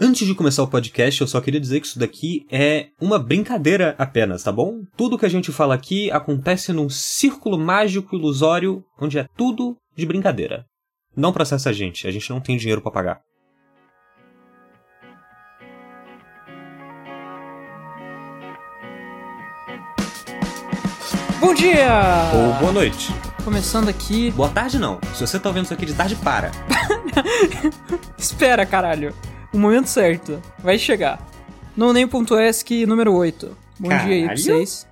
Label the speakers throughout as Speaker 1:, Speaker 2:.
Speaker 1: Antes de começar o podcast, eu só queria dizer que isso daqui é uma brincadeira apenas, tá bom? Tudo que a gente fala aqui acontece num círculo mágico ilusório onde é tudo de brincadeira. Não processa a gente, a gente não tem dinheiro para pagar.
Speaker 2: Bom dia!
Speaker 1: Ou boa noite.
Speaker 2: Começando aqui.
Speaker 1: Boa tarde não. Se você tá ouvindo isso aqui de tarde, para.
Speaker 2: Espera, caralho. O momento certo vai chegar. Noname.esc número 8. Bom dia aí pra
Speaker 1: Caralho?
Speaker 2: vocês.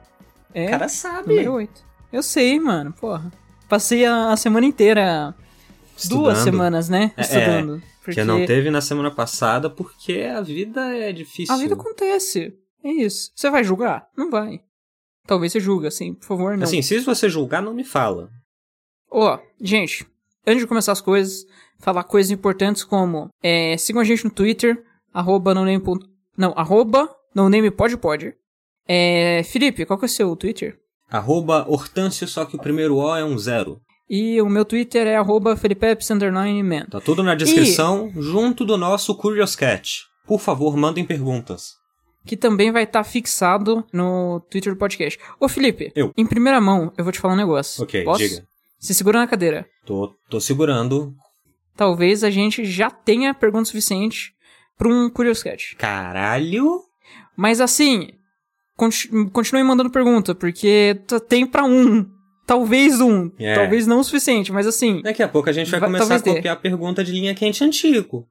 Speaker 1: O
Speaker 2: É,
Speaker 1: cara sabe.
Speaker 2: número 8. Eu sei, mano, porra. Passei a, a semana inteira, duas
Speaker 1: Estudando.
Speaker 2: semanas, né?
Speaker 1: É,
Speaker 2: Estudando. porque
Speaker 1: Que não teve na semana passada porque a vida é difícil.
Speaker 2: a vida acontece. É isso. Você vai julgar? Não vai. Talvez você julga, assim, por favor, não.
Speaker 1: Assim, se você julgar, não me fala.
Speaker 2: Ó, gente, antes de começar as coisas, falar coisas importantes como é, sigam a gente no Twitter, arroba noname. ponto- Não, arroba noname pode pode. É, Felipe, qual que é o seu Twitter?
Speaker 1: Arroba Hortâncio, só que o primeiro O é um zero.
Speaker 2: E o meu Twitter é arroba felipeps__man.
Speaker 1: Tá tudo na descrição, junto do nosso Curious Cat. Por favor, mandem perguntas.
Speaker 2: que também vai estar fixado no Twitter do podcast. Ô, Felipe,
Speaker 1: Eu.
Speaker 2: em primeira mão, eu vou te falar um negócio.
Speaker 1: Ok,
Speaker 2: Posso?
Speaker 1: diga.
Speaker 2: Se segura na cadeira.
Speaker 1: Tô, tô segurando.
Speaker 2: Talvez a gente já tenha pergunta suficiente pra um Curious Cat.
Speaker 1: Caralho!
Speaker 2: Mas assim, continue continuem mandando pergunta, porque t- tem pra um. Talvez um.
Speaker 1: É.
Speaker 2: Talvez não o suficiente, mas assim.
Speaker 1: Daqui a pouco a gente vai,
Speaker 2: Vai-
Speaker 1: começar a
Speaker 2: talvez dê.
Speaker 1: copiar a pergunta de linha quente antigo.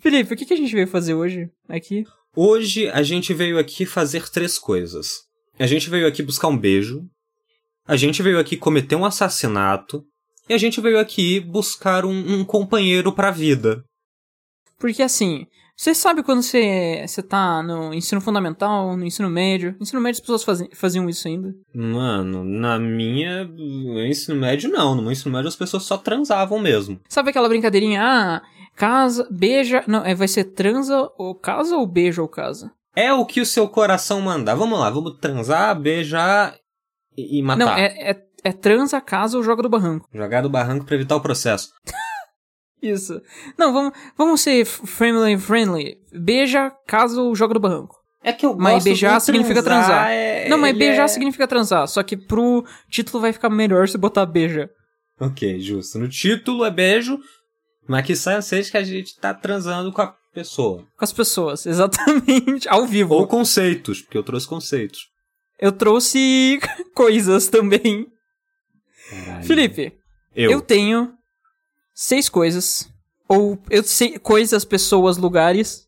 Speaker 2: Felipe, o que, que a gente veio fazer hoje aqui?
Speaker 1: Hoje a gente veio aqui fazer três coisas. A gente veio aqui buscar um beijo. A gente veio aqui cometer um assassinato. E a gente veio aqui buscar um, um companheiro pra vida.
Speaker 2: Porque assim, você sabe quando você, você tá no ensino fundamental, no ensino médio? No ensino médio as pessoas fazi- faziam isso ainda.
Speaker 1: Mano, na minha. No meu ensino médio, não. No meu ensino médio as pessoas só transavam mesmo.
Speaker 2: Sabe aquela brincadeirinha? Ah, casa, beija. Não, é, vai ser transa ou casa ou beija ou casa?
Speaker 1: É o que o seu coração mandar. Vamos lá, vamos transar, beijar e, e matar.
Speaker 2: não, é, é, é transa, casa ou joga do barranco.
Speaker 1: Jogar do barranco pra evitar o processo.
Speaker 2: Isso. Não, vamos, vamos ser f- family friendly. Beija caso joga do barranco.
Speaker 1: É que eu gosto
Speaker 2: Mas beijar
Speaker 1: do
Speaker 2: significa transar.
Speaker 1: é-
Speaker 2: não, mas
Speaker 1: ele
Speaker 2: beijar
Speaker 1: é-
Speaker 2: significa transar. Só que pro título vai ficar melhor se botar beija.
Speaker 1: Ok, justo. No título é beijo, mas que saia seja que a gente tá transando com a pessoa.
Speaker 2: Com as pessoas, exatamente. Ao vivo.
Speaker 1: Ou conceitos, porque eu trouxe conceitos.
Speaker 2: Eu trouxe coisas também. Felipe,
Speaker 1: eu.
Speaker 2: tenho seis coisas. Ou eu sei coisas, pessoas, lugares.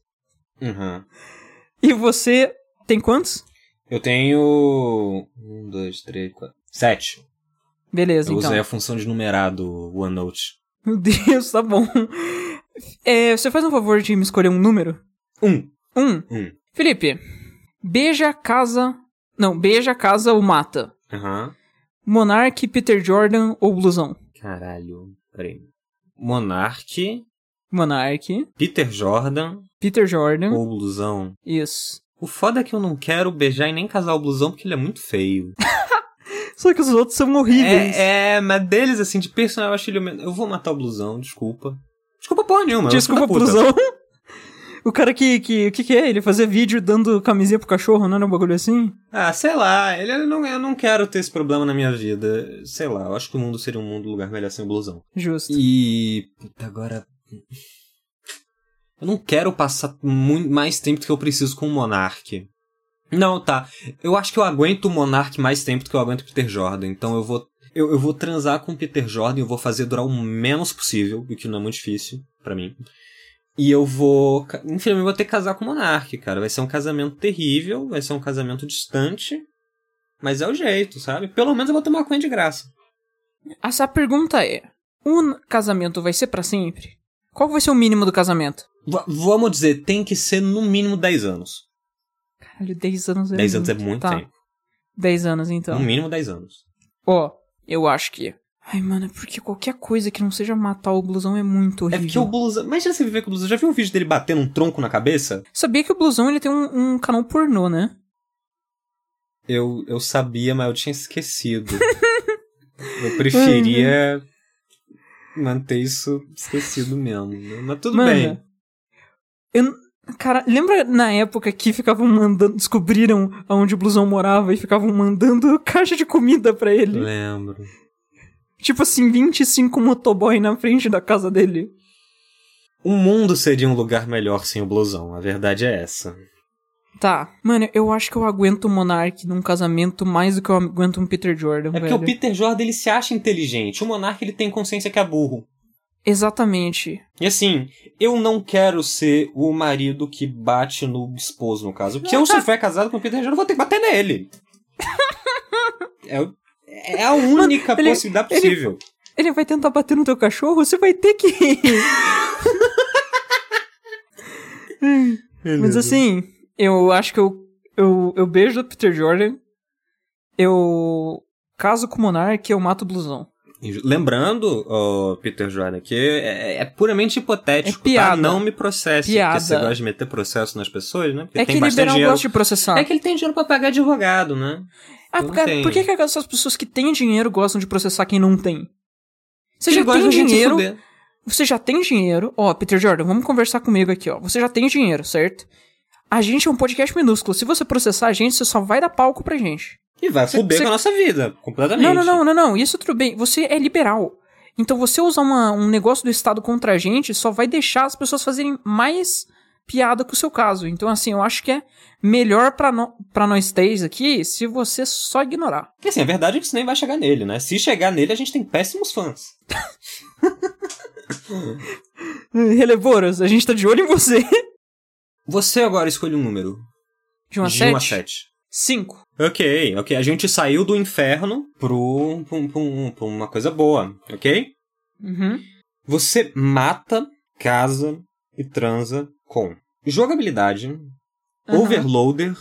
Speaker 1: Uhum.
Speaker 2: E você tem quantos?
Speaker 1: Eu tenho. Um, dois, três, quatro. Sete.
Speaker 2: Beleza,
Speaker 1: Eu
Speaker 2: então.
Speaker 1: usei a função de numerar do OneNote.
Speaker 2: Meu Deus, tá bom. É, você faz um favor de me escolher um número?
Speaker 1: Um.
Speaker 2: Um.
Speaker 1: Um.
Speaker 2: Felipe, beija casa. Não, beija casa ou mata.
Speaker 1: Aham.
Speaker 2: Monark, Peter Jordan ou blusão?
Speaker 1: Caralho. Peraí. Monark,
Speaker 2: Monark,
Speaker 1: Peter Jordan
Speaker 2: Peter Jordan.
Speaker 1: ou Blusão.
Speaker 2: Isso.
Speaker 1: O foda é que eu não quero beijar e nem casar o Blusão porque ele é muito feio.
Speaker 2: Só que os outros são horríveis.
Speaker 1: É, é, mas deles, assim, de personagem, eu acho ele... o men- Eu vou matar o Blusão, desculpa. Desculpa porra nenhuma. eu sou
Speaker 2: Desculpa,
Speaker 1: da puta.
Speaker 2: blusão. O cara que, que. O que que é? Ele fazia vídeo dando camisinha pro cachorro, não era um bagulho assim?
Speaker 1: Ah, sei lá, ele, ele não, eu não quero ter esse problema na minha vida. Sei lá, eu acho que o mundo seria um mundo um lugar melhor sem o Blusão.
Speaker 2: Justo.
Speaker 1: E... Puta, agora... Eu não quero passar muito mais tempo do que eu preciso com o Monark. Não, tá. Eu acho que eu aguento o Monark mais tempo do que eu aguento o Peter Jordan. Então eu vou... Eu, eu vou transar com o Peter Jordan, eu vou fazer durar o menos possível, o que não é muito difícil pra mim. E eu vou... ca- Enfim, eu vou ter que casar com o Monark, cara. Vai ser um casamento terrível, vai ser um casamento distante. Mas é o jeito, sabe? Pelo menos eu vou tomar maconha de graça.
Speaker 2: Essa pergunta é: um casamento vai ser pra sempre? Qual vai ser o mínimo do casamento?
Speaker 1: V- vamos dizer, tem que ser no mínimo 10 anos.
Speaker 2: Caralho, 10 anos é
Speaker 1: 10 anos
Speaker 2: muito.
Speaker 1: é muito
Speaker 2: tá.
Speaker 1: tempo.
Speaker 2: 10 anos, então.
Speaker 1: No mínimo 10 anos.
Speaker 2: Ó, eu acho que. Ai, mano, é porque qualquer coisa que não seja matar o blusão é muito
Speaker 1: É
Speaker 2: horrível.
Speaker 1: porque o Blusa. Imagina você viver com o Blusa. Já viu um vídeo dele batendo um tronco na cabeça?
Speaker 2: Sabia que o blusão ele tem um, um canal pornô, né?
Speaker 1: Eu, eu sabia, mas eu tinha esquecido. eu preferia manter isso esquecido mesmo. né? Mas tudo
Speaker 2: Uhum. Mano,
Speaker 1: bem.
Speaker 2: Eu, n- Cara, lembra na época que ficavam mandando. Descobriram aonde o blusão morava e ficavam mandando caixa de comida pra ele?
Speaker 1: Lembro.
Speaker 2: Tipo assim, 25 motoboy na frente da casa dele.
Speaker 1: O mundo seria um lugar melhor sem o blusão, a verdade é essa.
Speaker 2: Tá. Mano, eu acho que eu aguento o Monark num casamento mais do que eu aguento um Peter Jordan,
Speaker 1: É porque
Speaker 2: velho.
Speaker 1: o Peter Jordan ele se acha inteligente, o Monark ele tem consciência que é burro.
Speaker 2: Exatamente.
Speaker 1: E assim, eu não quero ser o marido que bate no esposo, no caso. Porque eu, se eu for casado com o Peter Jordan, eu vou ter que bater nele. é, o- é a única
Speaker 2: Ele-
Speaker 1: possibilidade
Speaker 2: ele-
Speaker 1: possível.
Speaker 2: Ele vai tentar bater no teu cachorro, você vai ter que. Mas
Speaker 1: é
Speaker 2: assim, eu acho que eu, eu, eu beijo o Peter Jordan, eu caso com o Monark e eu mato o blusão.
Speaker 1: E Lembrando, ô, Peter Jordan, que é, é puramente hipotético,
Speaker 2: É piada.
Speaker 1: tá? Não me processe,
Speaker 2: Piada.
Speaker 1: porque você gosta de meter processo nas pessoas, né? Porque
Speaker 2: é
Speaker 1: tem
Speaker 2: que
Speaker 1: bastante
Speaker 2: liberal
Speaker 1: dinheiro.
Speaker 2: gosta de processar.
Speaker 1: É que ele tem dinheiro pra pagar advogado, né?
Speaker 2: ah,
Speaker 1: eu não
Speaker 2: cara,
Speaker 1: tenho.
Speaker 2: por que, que essas pessoas que têm dinheiro gostam de processar quem não tem? Você já
Speaker 1: Ele gosta
Speaker 2: tem
Speaker 1: de gente se
Speaker 2: dinheiro,
Speaker 1: fuder.
Speaker 2: você já tem dinheiro. Ó, Peter Jordan, vamos conversar comigo aqui, ó. Você já tem dinheiro, certo? A gente é um podcast minúsculo. Se você processar a gente, você só vai dar palco pra gente.
Speaker 1: E vai
Speaker 2: Você-
Speaker 1: fuder
Speaker 2: você-
Speaker 1: com a nossa vida, completamente.
Speaker 2: Não, não, não, não, não. Isso tudo bem. Você é liberal. Então você usar uma- um negócio do Estado contra a gente só vai deixar as pessoas fazerem mais piada com o seu caso. Então, assim, eu acho que é melhor pra, no, pra nós três aqui se você só ignorar.
Speaker 1: Porque assim, a verdade é que isso nem vai chegar nele, né? Se chegar nele, a gente tem péssimos fãs.
Speaker 2: Relevoras, Hum, a gente tá de olho em você.
Speaker 1: Você agora escolhe um número.
Speaker 2: De uma
Speaker 1: de 1 a
Speaker 2: sete?
Speaker 1: 7.
Speaker 2: Cinco.
Speaker 1: Ok, ok. A gente saiu do inferno pro, pro, pro- pro uma coisa boa, ok?
Speaker 2: Uhum.
Speaker 1: Você mata, casa e transa com jogabilidade,
Speaker 2: Aham.
Speaker 1: overloader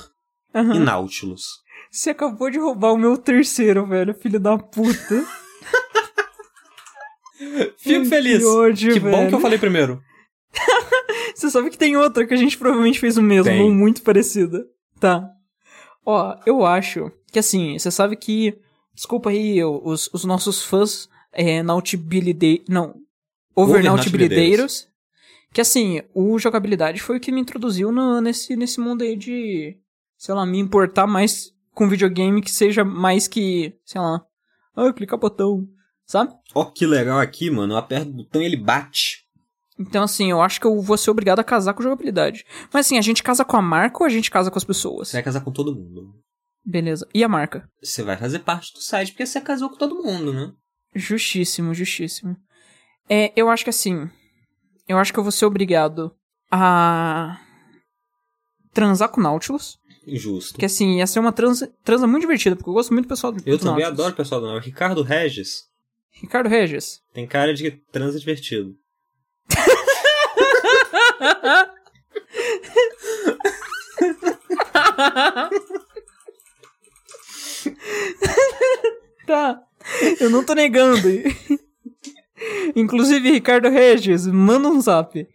Speaker 2: Aham.
Speaker 1: e Nautilus.
Speaker 2: Uhum. Você acabou de roubar o meu terceiro, velho, filho da puta.
Speaker 1: Fico feliz.
Speaker 2: Que ódio,
Speaker 1: Que
Speaker 2: velho.
Speaker 1: bom que eu falei primeiro.
Speaker 2: Você sabe que tem outra que a gente provavelmente fez o mesmo,
Speaker 1: Tem.
Speaker 2: ou muito parecida. Tá. Ó, eu acho que assim, você sabe que. Desculpa aí, eu- os, os nossos fãs é, nautibilide... Não. Overnautibilideiros. Que assim, o jogabilidade foi o que me introduziu no- nesse, nesse mundo aí de. Sei lá, me importar mais com videogame que seja mais que. Sei lá. Ah, clicar botão. Sabe?
Speaker 1: Ó, que legal aqui, mano. Eu aperto o botão e ele bate.
Speaker 2: Então, assim, eu acho que eu vou ser obrigado a casar com jogabilidade. Mas, assim, a gente casa com a marca ou a gente casa com as pessoas?
Speaker 1: Você vai casar com todo mundo.
Speaker 2: Beleza. E a marca?
Speaker 1: Você vai fazer parte do site porque você casou com todo mundo, né?
Speaker 2: Justíssimo, justíssimo. É, eu acho que, assim, eu acho que eu vou ser obrigado a transar com o Nautilus.
Speaker 1: Injusto.
Speaker 2: Que, assim, ia ser uma transa, transa muito divertida, porque eu gosto muito do pessoal do
Speaker 1: Eu
Speaker 2: do
Speaker 1: também
Speaker 2: Nautilus.
Speaker 1: adoro o pessoal do é Nautilus. Ricardo Regis
Speaker 2: Ricardo Regis.
Speaker 1: tem cara de que transa divertido.
Speaker 2: tá. Eu não tô negando. Inclusive, Ricardo Regis, manda um zap.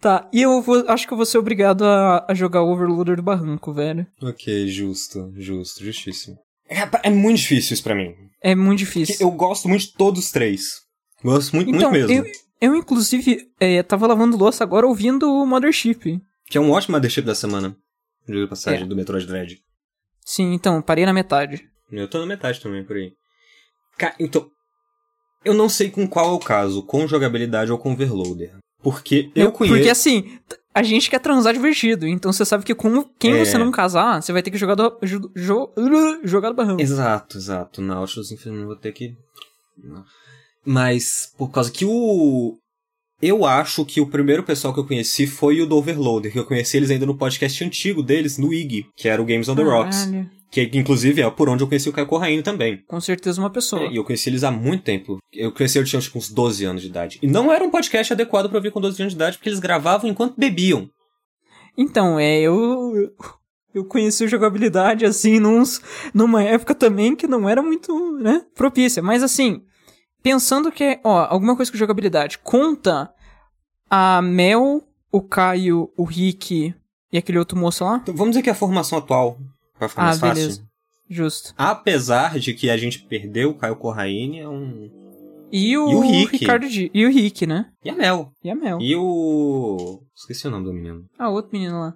Speaker 2: Tá, e eu vou- acho que eu vou ser obrigado a, a jogar o Overloader do Barranco, velho.
Speaker 1: Ok, justo, justo, justíssimo. É, muito difícil isso pra mim.
Speaker 2: É muito difícil.
Speaker 1: Que Eu gosto muito de todos os três. Gosto muito,
Speaker 2: então,
Speaker 1: muito mesmo.
Speaker 2: Eu, eu, inclusive, é, tava lavando louça agora ouvindo o Mothership.
Speaker 1: Que é um ótimo mothership da semana. Diga de passagem
Speaker 2: É.
Speaker 1: do Metroid Dread.
Speaker 2: Sim, então, parei na metade.
Speaker 1: Eu tô na metade também por aí. Ca- então, eu não sei com qual é o caso, com jogabilidade ou com overloader. Porque eu
Speaker 2: Não,
Speaker 1: conheço.
Speaker 2: Porque assim, t- a gente quer transar divertido, então você sabe que com quem
Speaker 1: É.
Speaker 2: você não casar, você vai ter que jogar do, jo, jo- jogar do barranco.
Speaker 1: Exato, exato. Nautilus, infelizmente, vou ter que. né. Mas, por causa que o. Eu acho que o primeiro pessoal que eu conheci foi o do Overloader, que eu conheci eles ainda no podcast antigo deles, no IG, que era o Games on the Rocks.
Speaker 2: Caralho.
Speaker 1: Que inclusive é por onde eu conheci o Caio Corraine também.
Speaker 2: Com certeza uma pessoa.
Speaker 1: É, E eu conheci eles há muito tempo. Eu conheci eles tinha tipo, uns 12 anos de idade. E não era um podcast adequado pra ouvir com 12 anos de idade, porque eles gravavam enquanto bebiam.
Speaker 2: Então, é, eu. Eu conheci jogabilidade, assim, nuns, numa época também que não era muito, né, propícia. Mas, assim, pensando que, ó, alguma coisa com jogabilidade. Conta a Mel, o Caio, o Rick e aquele outro moço lá?
Speaker 1: Então vamos dizer que é a formação atual, pra ficar
Speaker 2: Ah,
Speaker 1: mais fácil.
Speaker 2: beleza. Justo.
Speaker 1: Apesar de que a gente perdeu o Caio Corraine, é um
Speaker 2: E o,
Speaker 1: E o Rick.
Speaker 2: Ricardo Di. E o Rick, né?
Speaker 1: E a Mel.
Speaker 2: E a Mel.
Speaker 1: E o. Esqueci o nome do menino.
Speaker 2: Ah, outro menino lá.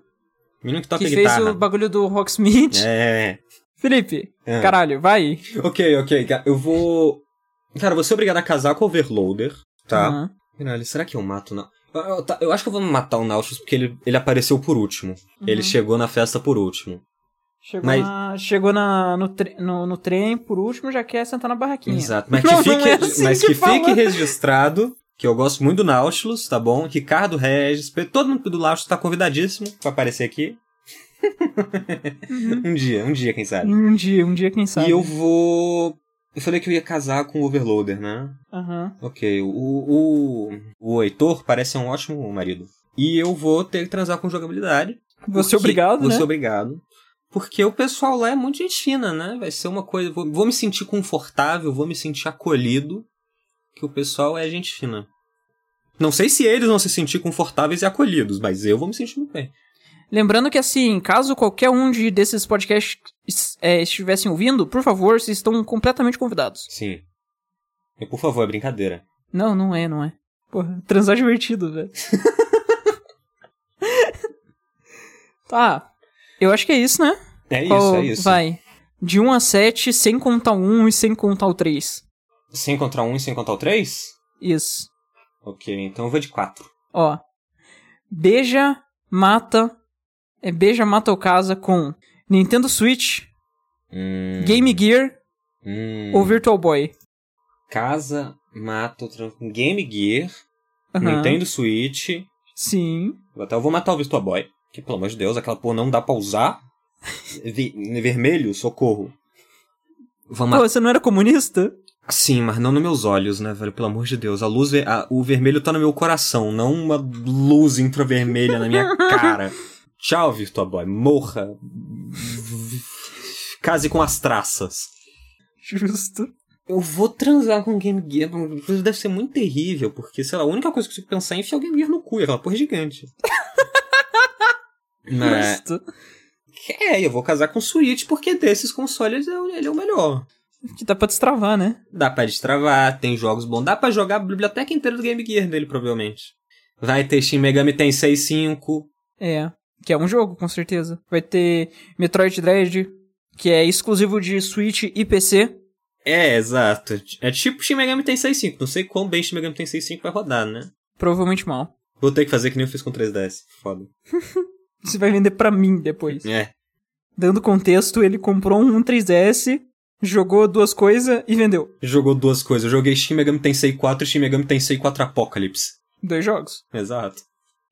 Speaker 1: O menino que toca
Speaker 2: que fez
Speaker 1: guitarra.
Speaker 2: o bagulho do Rocksmith.
Speaker 1: É.
Speaker 2: Felipe,
Speaker 1: É.
Speaker 2: caralho, vai.
Speaker 1: Ok, ok. ca- Eu vou. Cara, eu vou ser obrigado a casar com o Overloader, tá?
Speaker 2: Aham.
Speaker 1: Caralho, será que eu mato o Nau- Eu, eu, tá, eu acho que eu vou matar o Nautilus porque ele, ele apareceu por último. Ele
Speaker 2: Uhum.
Speaker 1: chegou na festa por último.
Speaker 2: Chegou,
Speaker 1: Mas-
Speaker 2: na- chegou na- no, tre- no- no trem, por último, já quer sentar na barraquinha.
Speaker 1: Exato. Mas que
Speaker 2: Não, não
Speaker 1: fique,
Speaker 2: é assim
Speaker 1: mas
Speaker 2: que
Speaker 1: que
Speaker 2: fala.
Speaker 1: fique registrado que eu gosto muito do Nautilus, tá bom? Ricardo Regis, pe- todo mundo do Nautilus tá convidadíssimo pra aparecer aqui. um dia, um dia, quem sabe.
Speaker 2: Uhum. Um dia, um dia, quem sabe.
Speaker 1: E eu vou. Eu falei que eu ia casar com o Overloader, né?
Speaker 2: Aham.
Speaker 1: Ok, o, o, o Heitor parece ser um ótimo marido. E eu vou ter que transar com jogabilidade.
Speaker 2: Você é
Speaker 1: porque-
Speaker 2: obrigado,
Speaker 1: vou
Speaker 2: né?
Speaker 1: ser obrigado. Porque o pessoal lá é muito gente fina, né? Vai ser uma coisa. Vou, vou me sentir confortável, vou me sentir acolhido. Que o pessoal é gente fina. Não sei se eles vão se sentir confortáveis e acolhidos, mas eu vou me sentir muito bem.
Speaker 2: Lembrando que, assim, caso qualquer um de desses podcasts é, estivessem ouvindo, por favor, vocês estão completamente convidados.
Speaker 1: Sim. E por favor, é brincadeira.
Speaker 2: Não, não é, não é. Porra, transar é divertido, velho. tá. Eu acho que é isso, né?
Speaker 1: É isso,
Speaker 2: Qual-
Speaker 1: é isso.
Speaker 2: Vai. De 1 a 7, sem contar o 1 e sem contar o 3.
Speaker 1: Sem encontrar um e sem encontrar o três?
Speaker 2: Isso.
Speaker 1: Ok, então eu vou de quatro.
Speaker 2: Ó. Beija, mata. É beija, mata ou casa com Nintendo Switch,
Speaker 1: Hum,
Speaker 2: Game Gear
Speaker 1: hum.
Speaker 2: ou Virtual Boy.
Speaker 1: Casa, mata outra. Game Gear,
Speaker 2: Aham.
Speaker 1: Nintendo Switch.
Speaker 2: Sim.
Speaker 1: Eu Até eu vou matar o Virtua Boy. Que pelo amor de Deus, aquela porra não dá pra usar. Vi- Vermelho, socorro. Vou
Speaker 2: Pô,
Speaker 1: matar.
Speaker 2: você não era comunista?
Speaker 1: Sim, mas não nos meus olhos, né, velho? Pelo amor de Deus. A luz. ver- a- o vermelho tá no meu coração, não uma luz infravermelha na minha cara. Tchau, Virtua Boy. Morra. Case com as traças.
Speaker 2: Justo.
Speaker 1: Eu vou transar com o Game Gear. Isso deve ser muito terrível, porque, sei lá, a única coisa que eu consigo pensar é enfiar o Game Gear no cu, é aquela porra gigante. Mas,
Speaker 2: Justo.
Speaker 1: é, eu vou casar com o Switch, porque desses consoles é o- ele é o melhor.
Speaker 2: Que dá pra destravar, né?
Speaker 1: Dá pra destravar, tem jogos bons, dá pra jogar a biblioteca inteira do Game Gear dele, provavelmente. Vai ter Shin Megami Tensei 5.
Speaker 2: É. Que é um jogo, com certeza. Vai ter Metroid Dread, que é exclusivo de Switch e PC.
Speaker 1: É, exato. É tipo Shin Megami Tensei 5. Não sei quão bem Shin Megami Tensei 5 vai rodar, né?
Speaker 2: Provavelmente mal.
Speaker 1: Vou ter que fazer que nem eu fiz com 3DS. Foda.
Speaker 2: Você vai vender pra mim depois.
Speaker 1: É.
Speaker 2: Dando contexto, ele comprou um 3DS, jogou duas coisas e vendeu.
Speaker 1: jogou duas coisas. Eu joguei Shin Megami Tensei 4 e Shin Megami Tensei 4 Apocalypse.
Speaker 2: Dois jogos.
Speaker 1: Exato.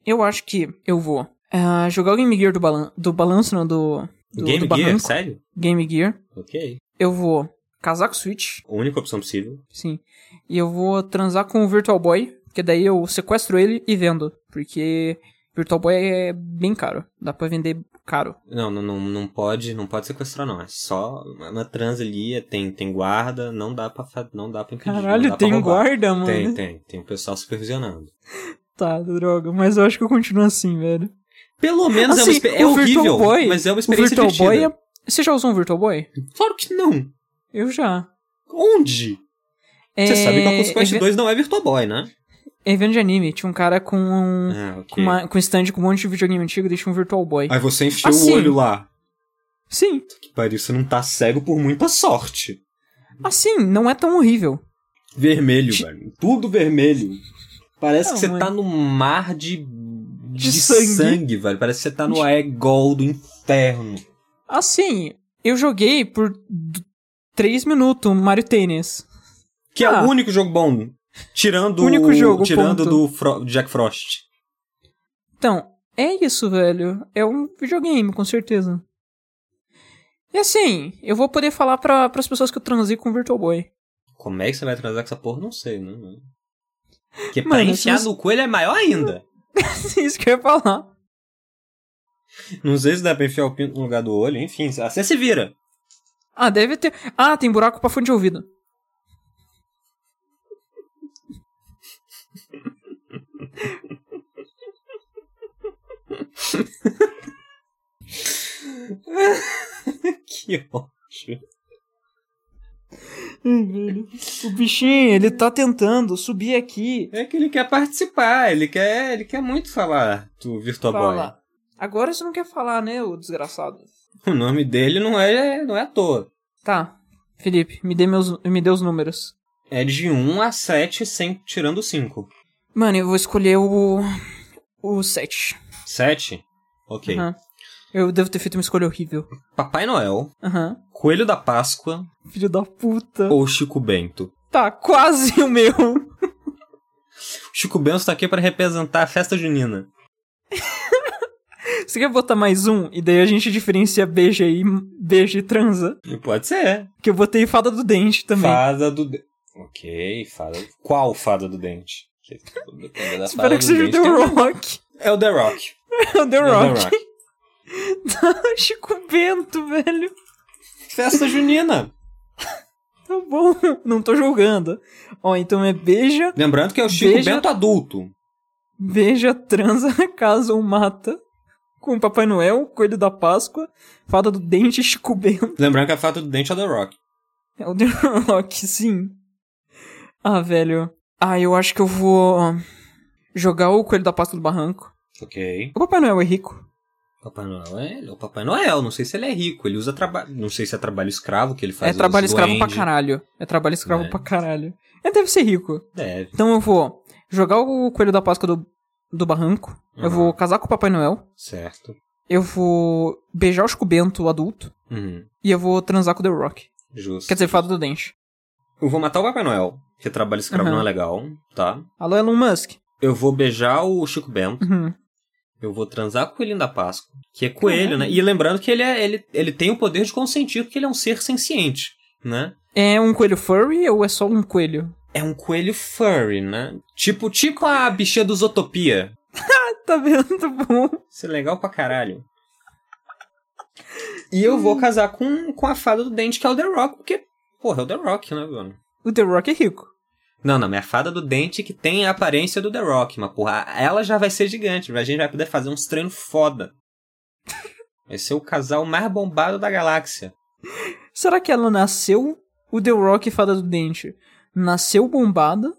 Speaker 2: Eu acho que eu vou ah, jogar o Game Gear do, balan do balanço, não, do, do,
Speaker 1: Game
Speaker 2: do
Speaker 1: Gear,
Speaker 2: barranco.
Speaker 1: sério?
Speaker 2: Game Gear.
Speaker 1: Ok.
Speaker 2: Eu vou casar com o Switch,
Speaker 1: Única opção possível.
Speaker 2: sim. E eu vou transar com o Virtual Boy, que daí eu sequestro ele e vendo. Porque Virtual Boy é bem caro. Dá pra vender caro.
Speaker 1: Não, não, não, não pode, não pode sequestrar não. É só uma trans ali, é- tem, tem guarda, não dá pra, fa- não dá pra impedir, não
Speaker 2: Caralho,
Speaker 1: dá pra
Speaker 2: tem
Speaker 1: roubar.
Speaker 2: guarda, mano.
Speaker 1: Tem, tem, tem o pessoal supervisionando.
Speaker 2: Tá, droga. Mas eu acho que eu continuo assim, velho.
Speaker 1: Pelo menos é
Speaker 2: Assim,
Speaker 1: uma experi- é
Speaker 2: o Virtual
Speaker 1: horrível,
Speaker 2: Boy-
Speaker 1: mas é uma
Speaker 2: O
Speaker 1: experiência
Speaker 2: Virtual Boy
Speaker 1: divertida.
Speaker 2: é... Você já usou um Virtual Boy?
Speaker 1: Claro que não.
Speaker 2: Eu já.
Speaker 1: Onde? Você sabe que o Oculus Quest
Speaker 2: é,
Speaker 1: 2 não é Virtual Boy, né?
Speaker 2: É evento de anime. Tinha um cara com um,
Speaker 1: Ah,
Speaker 2: com
Speaker 1: ok.
Speaker 2: uma, com um stand com um monte de videogame antigo e deixa um Virtual Boy.
Speaker 1: Aí você enfiou
Speaker 2: Assim.
Speaker 1: o olho lá.
Speaker 2: Sim.
Speaker 1: Que pariu, você não tá cego por muita sorte.
Speaker 2: Assim, não é tão horrível.
Speaker 1: Vermelho,
Speaker 2: Ti-
Speaker 1: velho. Tudo vermelho. Parece
Speaker 2: Não,
Speaker 1: que você
Speaker 2: mano.
Speaker 1: tá num mar de.
Speaker 2: De sangue.
Speaker 1: velho. Parece que você tá no Aegol do inferno.
Speaker 2: Assim, eu joguei por 3 minutos Mario Tennis.
Speaker 1: Que é
Speaker 2: Ah.
Speaker 1: o único jogo bom. Tirando
Speaker 2: Único
Speaker 1: o-
Speaker 2: jogo,
Speaker 1: Tirando
Speaker 2: ponto.
Speaker 1: do Fro- Jack Frost.
Speaker 2: Então, é isso, velho. É um videogame, com certeza. E assim, eu vou poder falar pra, pras pessoas que eu transei com o Virtual Boy.
Speaker 1: Como é que você vai transar com essa porra? Não sei, né? mano? Porque pra
Speaker 2: Mano,
Speaker 1: enfiar
Speaker 2: se
Speaker 1: no coelho é maior ainda.
Speaker 2: isso que eu ia falar.
Speaker 1: Não sei se dá pra enfiar o pinto no lugar do olho. Enfim, você se vira.
Speaker 2: Ah, deve ter. Ah, tem buraco pra fone de ouvido.
Speaker 1: Que ótimo.
Speaker 2: O bichinho, ele tá tentando subir aqui.
Speaker 1: É que ele quer participar, ele quer, ele quer muito falar do Virtua Boy.
Speaker 2: Fala. Agora você não quer falar, né, o desgraçado?
Speaker 1: O nome dele não é, não é à toa.
Speaker 2: Tá. Felipe, me dê, meus, me dê os números.
Speaker 1: É de 1 a 7, sem, tirando 5.
Speaker 2: Mano, eu vou escolher o. O 7.
Speaker 1: 7? Ok.
Speaker 2: Aham. Eu devo ter feito uma escolha horrível.
Speaker 1: Papai Noel,
Speaker 2: Aham.
Speaker 1: Coelho da Páscoa
Speaker 2: Filho da puta.
Speaker 1: ou Chico Bento?
Speaker 2: Tá quase o meu.
Speaker 1: Chico Bento tá aqui pra representar a festa junina.
Speaker 2: Você quer botar mais um? E daí a gente diferencia beija e beija e transa.
Speaker 1: E Pode ser.
Speaker 2: Que eu botei fada do dente também.
Speaker 1: Fada do dente. Ok, fada. Qual fada do dente?
Speaker 2: Espero que seja o The Rock.
Speaker 1: É o The Rock.
Speaker 2: É o The
Speaker 1: É o The
Speaker 2: Rock.
Speaker 1: Rock.
Speaker 2: Chico Bento, velho.
Speaker 1: Festa junina.
Speaker 2: Tá bom. Não tô julgando. Ó, então é beija,
Speaker 1: Lembrando que é o Chico
Speaker 2: Beija-
Speaker 1: Bento adulto.
Speaker 2: beija, transa, casa ou mata. Com Papai Noel, Coelho da Páscoa, Fada do Dente e Chico Bento.
Speaker 1: Lembrando que a fada do dente é o The Rock.
Speaker 2: É o The Rock, sim. Ah, velho. Ah, eu acho que eu vou ah, jogar o Coelho da Páscoa do Barranco.
Speaker 1: Ok.
Speaker 2: O Papai Noel é rico.
Speaker 1: Papai Noel é ele, é o Papai Noel. Não sei se ele é rico. Ele usa trabalho. Não sei se é trabalho escravo que ele faz.
Speaker 2: é trabalho
Speaker 1: os
Speaker 2: escravo pra
Speaker 1: duende.
Speaker 2: caralho. É trabalho escravo
Speaker 1: É.
Speaker 2: pra caralho. Ele deve ser rico.
Speaker 1: Deve.
Speaker 2: Então eu vou jogar o Coelho da Páscoa do, do Barranco. Eu
Speaker 1: Uhum.
Speaker 2: vou casar com o Papai Noel.
Speaker 1: Certo.
Speaker 2: Eu vou beijar o Chico Bento, o adulto.
Speaker 1: Uhum.
Speaker 2: E eu vou transar com o The Rock.
Speaker 1: Justo.
Speaker 2: Quer dizer, Fada do Dente.
Speaker 1: Eu vou matar o Papai Noel, que trabalho escravo
Speaker 2: Aham.
Speaker 1: não é legal, tá?
Speaker 2: Alô, Elon Musk.
Speaker 1: Eu vou beijar o Chico Bento.
Speaker 2: Uhum.
Speaker 1: Eu vou transar com o coelhinho da Páscoa, que é coelho,
Speaker 2: Caralho.
Speaker 1: né? E lembrando que ele, é, ele, ele tem o poder de consentir, porque ele é um ser senciente, né?
Speaker 2: É um coelho furry ou é só um coelho?
Speaker 1: É um coelho furry, né? Tipo, tipo a bichinha do Zootopia.
Speaker 2: Tá vendo? Tá bom.
Speaker 1: Isso é legal pra caralho. E eu
Speaker 2: Hum.
Speaker 1: vou casar com, com a fada do dente, que é o The Rock, porque, porra, é o The Rock, né, mano?
Speaker 2: O The Rock é rico.
Speaker 1: Não, não, minha fada do dente que tem a aparência do The Rock, mas porra, ela já vai ser gigante, a gente vai poder fazer uns treinos foda. Vai ser o casal mais bombado da galáxia.
Speaker 2: Será que ela nasceu o The Rock e Fada do Dente? Nasceu bombada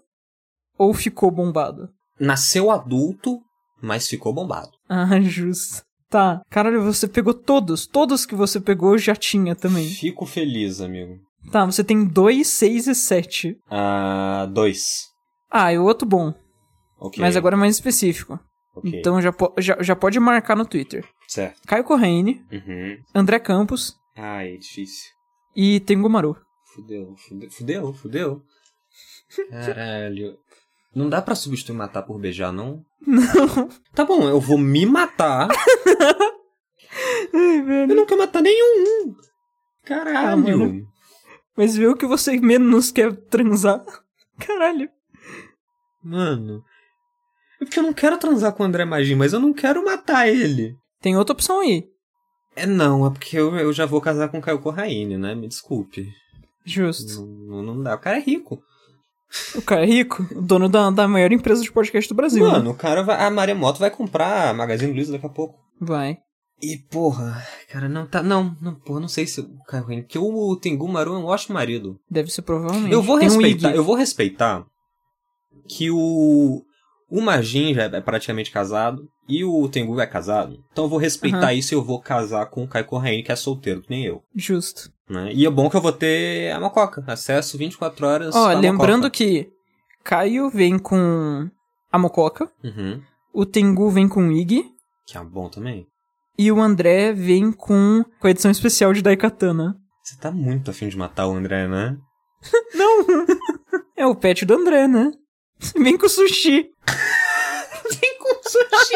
Speaker 2: ou ficou bombada?
Speaker 1: Nasceu adulto, mas ficou bombado.
Speaker 2: Ah, justo. Tá. Caralho, você pegou todos. Todos que você pegou eu já tinha também.
Speaker 1: Fico feliz, amigo.
Speaker 2: Tá, você tem dois, seis e sete.
Speaker 1: Ah, dois.
Speaker 2: Ah, e o outro bom.
Speaker 1: Ok.
Speaker 2: Mas agora é mais específico.
Speaker 1: ok,
Speaker 2: Então já, po- já, já pode marcar no Twitter.
Speaker 1: Certo.
Speaker 2: Caio Corraine,
Speaker 1: Uhum.
Speaker 2: André Campos
Speaker 1: Ai, é difícil.
Speaker 2: e Tengu Maru.
Speaker 1: Fudeu, fudeu, fudeu, fudeu. Caralho. Não dá pra substituir matar por beijar, não?
Speaker 2: Não.
Speaker 1: Tá bom, eu vou me matar.
Speaker 2: Ai, velho.
Speaker 1: Eu não quero matar nenhum. Caralho.
Speaker 2: Ah, mano. Mas vê o que você menos quer transar. Caralho.
Speaker 1: Mano. É porque eu não quero transar com o André Magin, mas eu não quero matar ele.
Speaker 2: Tem outra opção aí.
Speaker 1: É não, é porque eu, eu já vou casar com o Caio Corraine, né? Me desculpe.
Speaker 2: Justo.
Speaker 1: Não, não- não dá. O cara é rico.
Speaker 2: O cara é rico, o dono da, da maior empresa de podcast do Brasil. né?
Speaker 1: Mano, o cara vai. A Maremoto vai comprar a Magazine Luiza daqui a pouco.
Speaker 2: Vai.
Speaker 1: E porra, cara, não tá. Não, não, porra, não sei se o Caio Corraine. Porque o Tengu Maru é um ótimo marido.
Speaker 2: Deve ser provavelmente.
Speaker 1: Eu vou
Speaker 2: Tem um
Speaker 1: respeitar,
Speaker 2: Iggy.
Speaker 1: eu vou respeitar que o o Majin já é praticamente casado e o Tengu é casado. Então eu vou respeitar
Speaker 2: Aham.
Speaker 1: isso e eu vou casar com o Kai Corraine, que é solteiro, que nem eu.
Speaker 2: Justo.
Speaker 1: né? E é bom que eu vou ter a Mococa, acesso 24 horas.
Speaker 2: Ó, lembrando que Caio vem com a Mococa,
Speaker 1: que. Uhum.
Speaker 2: o Tengu vem com o Ig
Speaker 1: Que é bom também.
Speaker 2: e o André vem com, com a edição especial de Daikatana.
Speaker 1: Você tá muito afim de matar o André, né?
Speaker 2: É o pet do André, né? Vem com o sushi.
Speaker 1: Tem com sushi.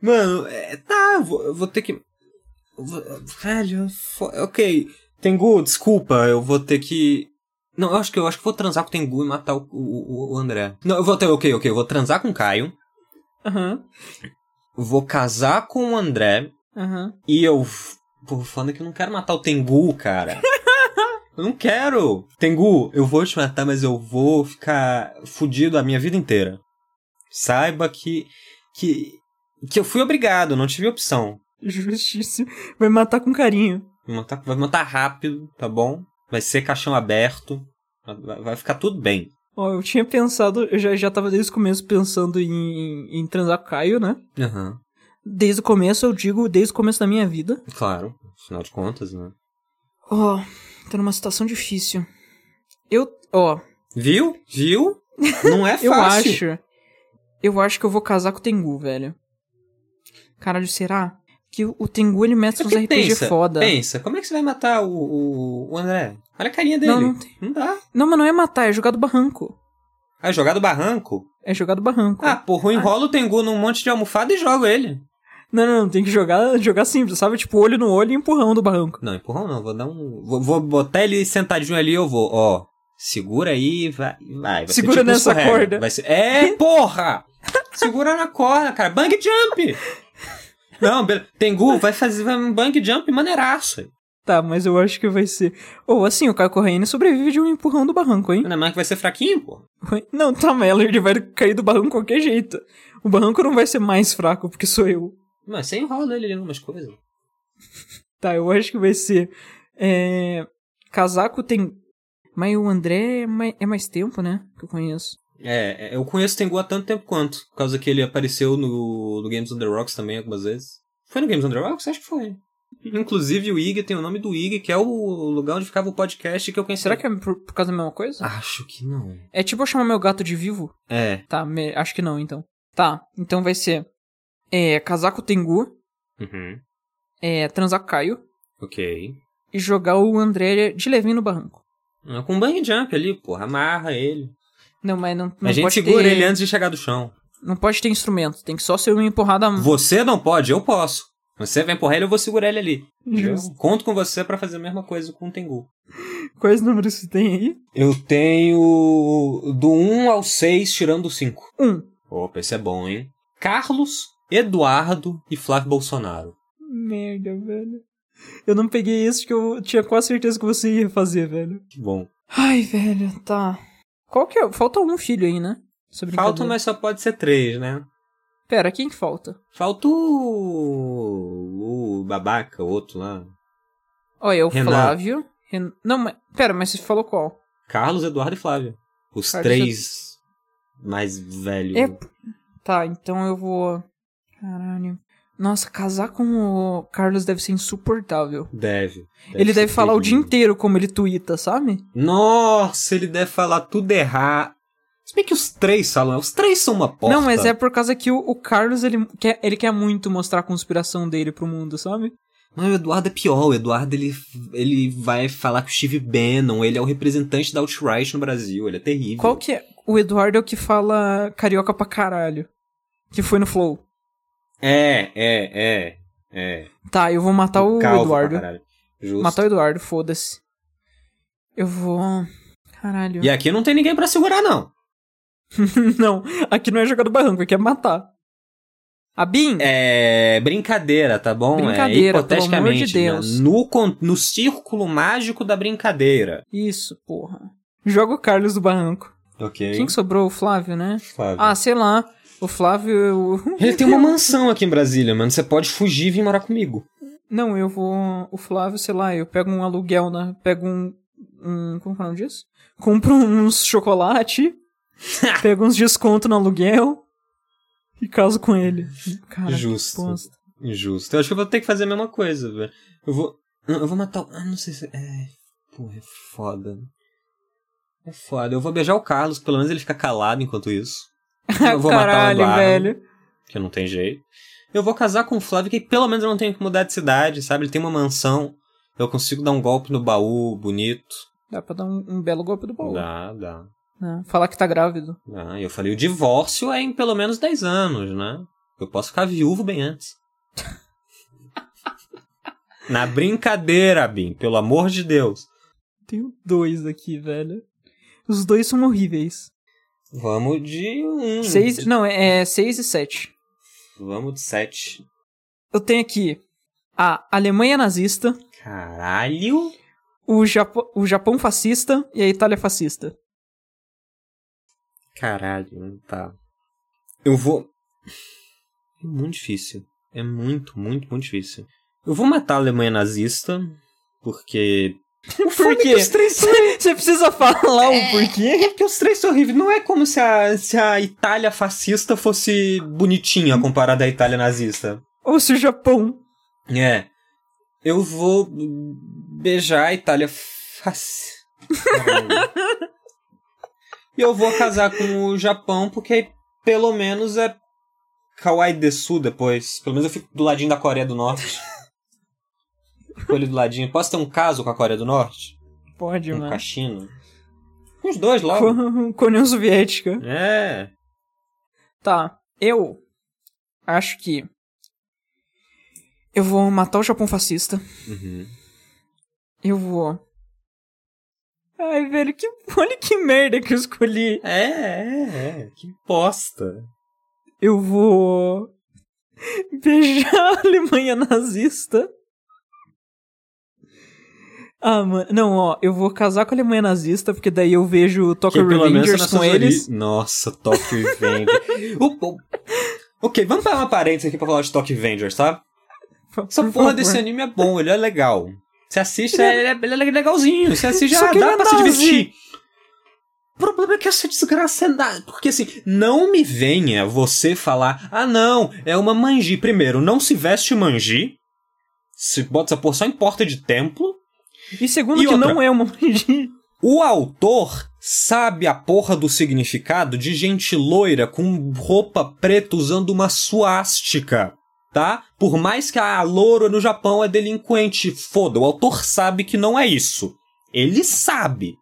Speaker 1: Mano, é, tá, eu vou, eu vou ter que. eu vou- Velho, fo- ok. Tengu, desculpa, eu vou ter que. Não, eu acho que eu acho que eu vou transar com o Tengu e matar o, o, o- o André. Não, eu vou ter, ok, ok, eu vou transar com o Caio,
Speaker 2: Aham.
Speaker 1: vou casar com o André
Speaker 2: Aham.
Speaker 1: e eu. Pô, falando que eu não quero matar o Tengu, cara. Eu não quero! Tengu, eu vou te matar, mas eu vou ficar fudido a minha vida inteira. Saiba que. que. que eu fui obrigado, não tive opção.
Speaker 2: Justíssimo. Vai matar com carinho.
Speaker 1: Vai matar, vai matar rápido, tá bom? Vai ser caixão aberto. vai- Vai ficar tudo bem.
Speaker 2: Ó, eu tinha pensado, eu já, já tava desde o começo pensando em, em transar com o Caio, né?
Speaker 1: Aham.
Speaker 2: Desde o começo, eu digo, desde o começo da minha vida.
Speaker 1: Claro. Afinal de contas, né?
Speaker 2: Ó, tô
Speaker 1: tá
Speaker 2: numa situação difícil. Eu, ó,
Speaker 1: Viu? Viu? Não é fácil.
Speaker 2: eu acho. Eu acho que eu vou casar com o Tengu, velho. Caralho, será? Que o o Tengu ele
Speaker 1: Só
Speaker 2: mestre uns
Speaker 1: que
Speaker 2: RPG foda.
Speaker 1: É Pensa, como é que você vai matar o, o, o André? Olha a carinha dele.
Speaker 2: Não, não tem.
Speaker 1: dá.
Speaker 2: Não, mas não é matar, é jogar do barranco.
Speaker 1: Ah, jogar do barranco?
Speaker 2: É jogar do barranco.
Speaker 1: Ah, porra, eu enrolo o Tengu num monte de almofada e jogo ele.
Speaker 2: Não, não, não, tem que jogar, jogar simples, sabe? Tipo, olho no olho e empurrão do barranco.
Speaker 1: Não, empurrão não, vou dar um. Vou, vou botar ele sentadinho ali e eu vou, ó. Segura aí, vai. vai, vai ser
Speaker 2: Segura
Speaker 1: tipo um
Speaker 2: nessa
Speaker 1: escorrega.
Speaker 2: corda.
Speaker 1: Vai ser- é, porra! Segura na corda, cara. Bang jump! Não, be- Tengu, vai fazer vai um bang jump maneiraço.
Speaker 2: Tá, mas eu acho que vai ser. Ou assim, o Caio Correia sobrevive de um empurrão do barranco, hein?
Speaker 1: Ainda mais que vai ser fraquinho, pô.
Speaker 2: Ué, Não, tá, mas ele vai cair do barranco de qualquer jeito. O barranco não vai ser mais fraco, porque sou eu.
Speaker 1: Mas você enrola ele ali numas coisas.
Speaker 2: Tá, eu acho que vai ser. É... Casaco tem. Mas o André é mais, é mais tempo, né? Que eu conheço.
Speaker 1: É, é, eu conheço o Tengu há tanto tempo quanto. Por causa que ele apareceu no, no Games on the Rocks também algumas vezes. Foi no Games on the Rocks? Acho que foi. Inclusive o Ig tem o nome do Ig, que é o lugar onde ficava o podcast que eu conheci.
Speaker 2: Será que é por, por causa da mesma coisa?
Speaker 1: Acho que não.
Speaker 2: É tipo eu chamar meu gato de vivo?
Speaker 1: É.
Speaker 2: Tá, me- acho que não, então. Tá, então vai ser. É. Casaco Tengu.
Speaker 1: Uhum.
Speaker 2: É. Transar com Caio.
Speaker 1: Ok.
Speaker 2: E jogar o André de levinho no barranco.
Speaker 1: Ah, Com um bang jump ali, porra. Amarra ele.
Speaker 2: Não, mas não, não
Speaker 1: a gente
Speaker 2: pode
Speaker 1: segura
Speaker 2: ter,
Speaker 1: ele né? antes de chegar do chão.
Speaker 2: Não pode ter instrumento. Tem que só ser uma empurrada.
Speaker 1: Você não pode, eu posso. Você vem empurrar ele, eu vou segurar ele ali.
Speaker 2: Justo.
Speaker 1: Eu conto com você pra fazer a mesma coisa com o Tengu.
Speaker 2: Quais números você tem aí?
Speaker 1: Eu tenho do 1 ao 6, tirando o 5.
Speaker 2: Um.
Speaker 1: Opa, esse é bom, hein? Carlos, Eduardo e Flávio Bolsonaro.
Speaker 2: Merda, velho. Eu não peguei esse que eu tinha quase certeza que você ia fazer, velho.
Speaker 1: Que bom.
Speaker 2: Ai, velho, tá. Qual que é? Falta um filho aí, né? Sobre
Speaker 1: Falta, mas só pode ser três, né?
Speaker 2: Pera, quem que falta?
Speaker 1: Falta o, o babaca, o outro lá.
Speaker 2: Olha, é o
Speaker 1: Renan.
Speaker 2: Flávio. Ren- Não, mas. Pera, mas você falou qual?
Speaker 1: Carlos, Eduardo e Flávio. Os
Speaker 2: Carlos,
Speaker 1: três mais velhos.
Speaker 2: É. Tá, então eu vou. Caralho. Nossa, casar com o Carlos deve ser insuportável.
Speaker 1: Deve.
Speaker 2: ele
Speaker 1: ser
Speaker 2: deve falar o dia
Speaker 1: terrível.
Speaker 2: inteiro como ele tuita, sabe?
Speaker 1: Nossa, ele deve falar tudo errado. Se bem que os três falam, os três são uma porta.
Speaker 2: Não, mas é por causa que o, o Carlos, ele quer, ele quer muito mostrar a conspiração dele pro mundo, sabe?
Speaker 1: Mas o Eduardo é pior. O Eduardo ele, ele vai falar que o Steve Bannon ele é o representante da alt-right no Brasil. Ele é terrível.
Speaker 2: Qual que é? O Eduardo é o que fala carioca pra caralho. Que foi no Flow.
Speaker 1: É, é, é. É.
Speaker 2: Tá, eu vou matar o,
Speaker 1: Calvo pra
Speaker 2: Eduardo.
Speaker 1: caralho. Justo.
Speaker 2: Matar o Eduardo, foda-se. Eu vou. Caralho.
Speaker 1: E aqui não tem ninguém pra segurar, não.
Speaker 2: não, aqui não é jogar do barranco, aqui é matar. A Bin?
Speaker 1: É brincadeira, tá bom?
Speaker 2: Brincadeira,
Speaker 1: é hipoteticamente.
Speaker 2: pelo amor de Deus.
Speaker 1: né? No, con- no círculo mágico da brincadeira.
Speaker 2: Isso, porra. Joga o Carlos do barranco.
Speaker 1: Ok.
Speaker 2: Quem que sobrou? O Flávio, né?
Speaker 1: Flávio.
Speaker 2: Ah, sei lá. O Flávio. eu-
Speaker 1: Ele tem uma mansão aqui em Brasília, mano. Você pode fugir e vir morar comigo.
Speaker 2: Não, eu vou. O Flávio, sei lá, eu pego um aluguel, né? Pego um. um como que é o nome disso? Compro uns chocolate, pego uns desconto no aluguel e caso com ele. Cara,
Speaker 1: Justo.
Speaker 2: que bosta.
Speaker 1: Injusto. Eu acho que eu vou ter que fazer a mesma coisa, velho. Eu vou. Não, eu vou matar o. Ah, não sei se. É. Porra, é foda. É foda. Eu vou beijar o Carlos, pelo menos ele fica calado enquanto isso. Eu vou matar um o
Speaker 2: Caralho,
Speaker 1: Eduardo,
Speaker 2: velho.
Speaker 1: que não tem jeito. Eu vou casar com o Flávio, que pelo menos eu não tenho que mudar de cidade, sabe? Ele tem uma mansão. Eu consigo dar um golpe no baú bonito.
Speaker 2: Dá pra dar um, um belo golpe do baú.
Speaker 1: Dá, dá.
Speaker 2: né? Falar que tá grávido.
Speaker 1: dá. E Ah, Eu falei, o divórcio é em pelo menos 10 anos, né? Eu posso ficar viúvo bem antes. Na brincadeira, Bim, pelo amor de Deus.
Speaker 2: Tenho dois aqui, velho. Os dois são horríveis.
Speaker 1: Vamos de um.
Speaker 2: Seis. Não, é, é seis e sete.
Speaker 1: Vamos de sete.
Speaker 2: Eu tenho aqui a Alemanha nazista,
Speaker 1: Caralho.
Speaker 2: o, Japo- o Japão fascista e a Itália fascista.
Speaker 1: Caralho, tá. Eu vou. É muito difícil. É muito, muito, muito difícil. Eu vou matar a Alemanha nazista, porque O fome
Speaker 2: quê?
Speaker 1: que os três são
Speaker 2: Você precisa falar o porquê?
Speaker 1: É porque os três são horríveis. Não é como se a, se a Itália fascista fosse bonitinha comparada à Itália nazista.
Speaker 2: Ou se o Japão.
Speaker 1: É. Eu vou beijar a Itália fascista. e eu vou casar com o Japão porque pelo menos é Kawaii Desu depois. Pelo menos eu fico do ladinho da Coreia do Norte. Fico ali do ladinho. Posso ter um caso com a Coreia do Norte?
Speaker 2: Pode,
Speaker 1: Com a
Speaker 2: mano.
Speaker 1: China? Com os dois logo.
Speaker 2: Com, com a União Soviética.
Speaker 1: É.
Speaker 2: Tá, eu acho que eu vou matar o Japão fascista. Eu vou. Ai, velho, que olha que merda que eu escolhi.
Speaker 1: É, é, é. Que bosta.
Speaker 2: Eu vou beijar a Alemanha nazista. Ah, mano. Não, ó, eu vou casar com a Alemanha nazista, porque daí eu vejo o Tokyo
Speaker 1: é
Speaker 2: Revengers com eles.
Speaker 1: Nossa, Tokyo Revengers. O- o- Ok, vamos para uma parênteses aqui pra falar de Tokyo Revengers, tá?
Speaker 2: Por-
Speaker 1: Essa
Speaker 2: por
Speaker 1: porra
Speaker 2: favor.
Speaker 1: desse anime é bom, ele é legal. Você assiste, ele é, ele é legalzinho. Você assiste,
Speaker 2: Só
Speaker 1: ah,
Speaker 2: que ele
Speaker 1: dá
Speaker 2: é
Speaker 1: pra se
Speaker 2: nazi.
Speaker 1: divertir. O problema é que essa desgraça é nada. Porque assim, não me venha você falar, ah não, é uma manji. Primeiro, não se veste manji. Se bota essa porra só em porta de templo.
Speaker 2: E segundo,
Speaker 1: E
Speaker 2: que
Speaker 1: outra.
Speaker 2: não é uma manji.
Speaker 1: O autor sabe a porra do significado de gente loira com roupa preta usando uma suástica, tá? Por mais que a loura no Japão é delinquente, foda, o autor sabe que não é isso. Ele sabe.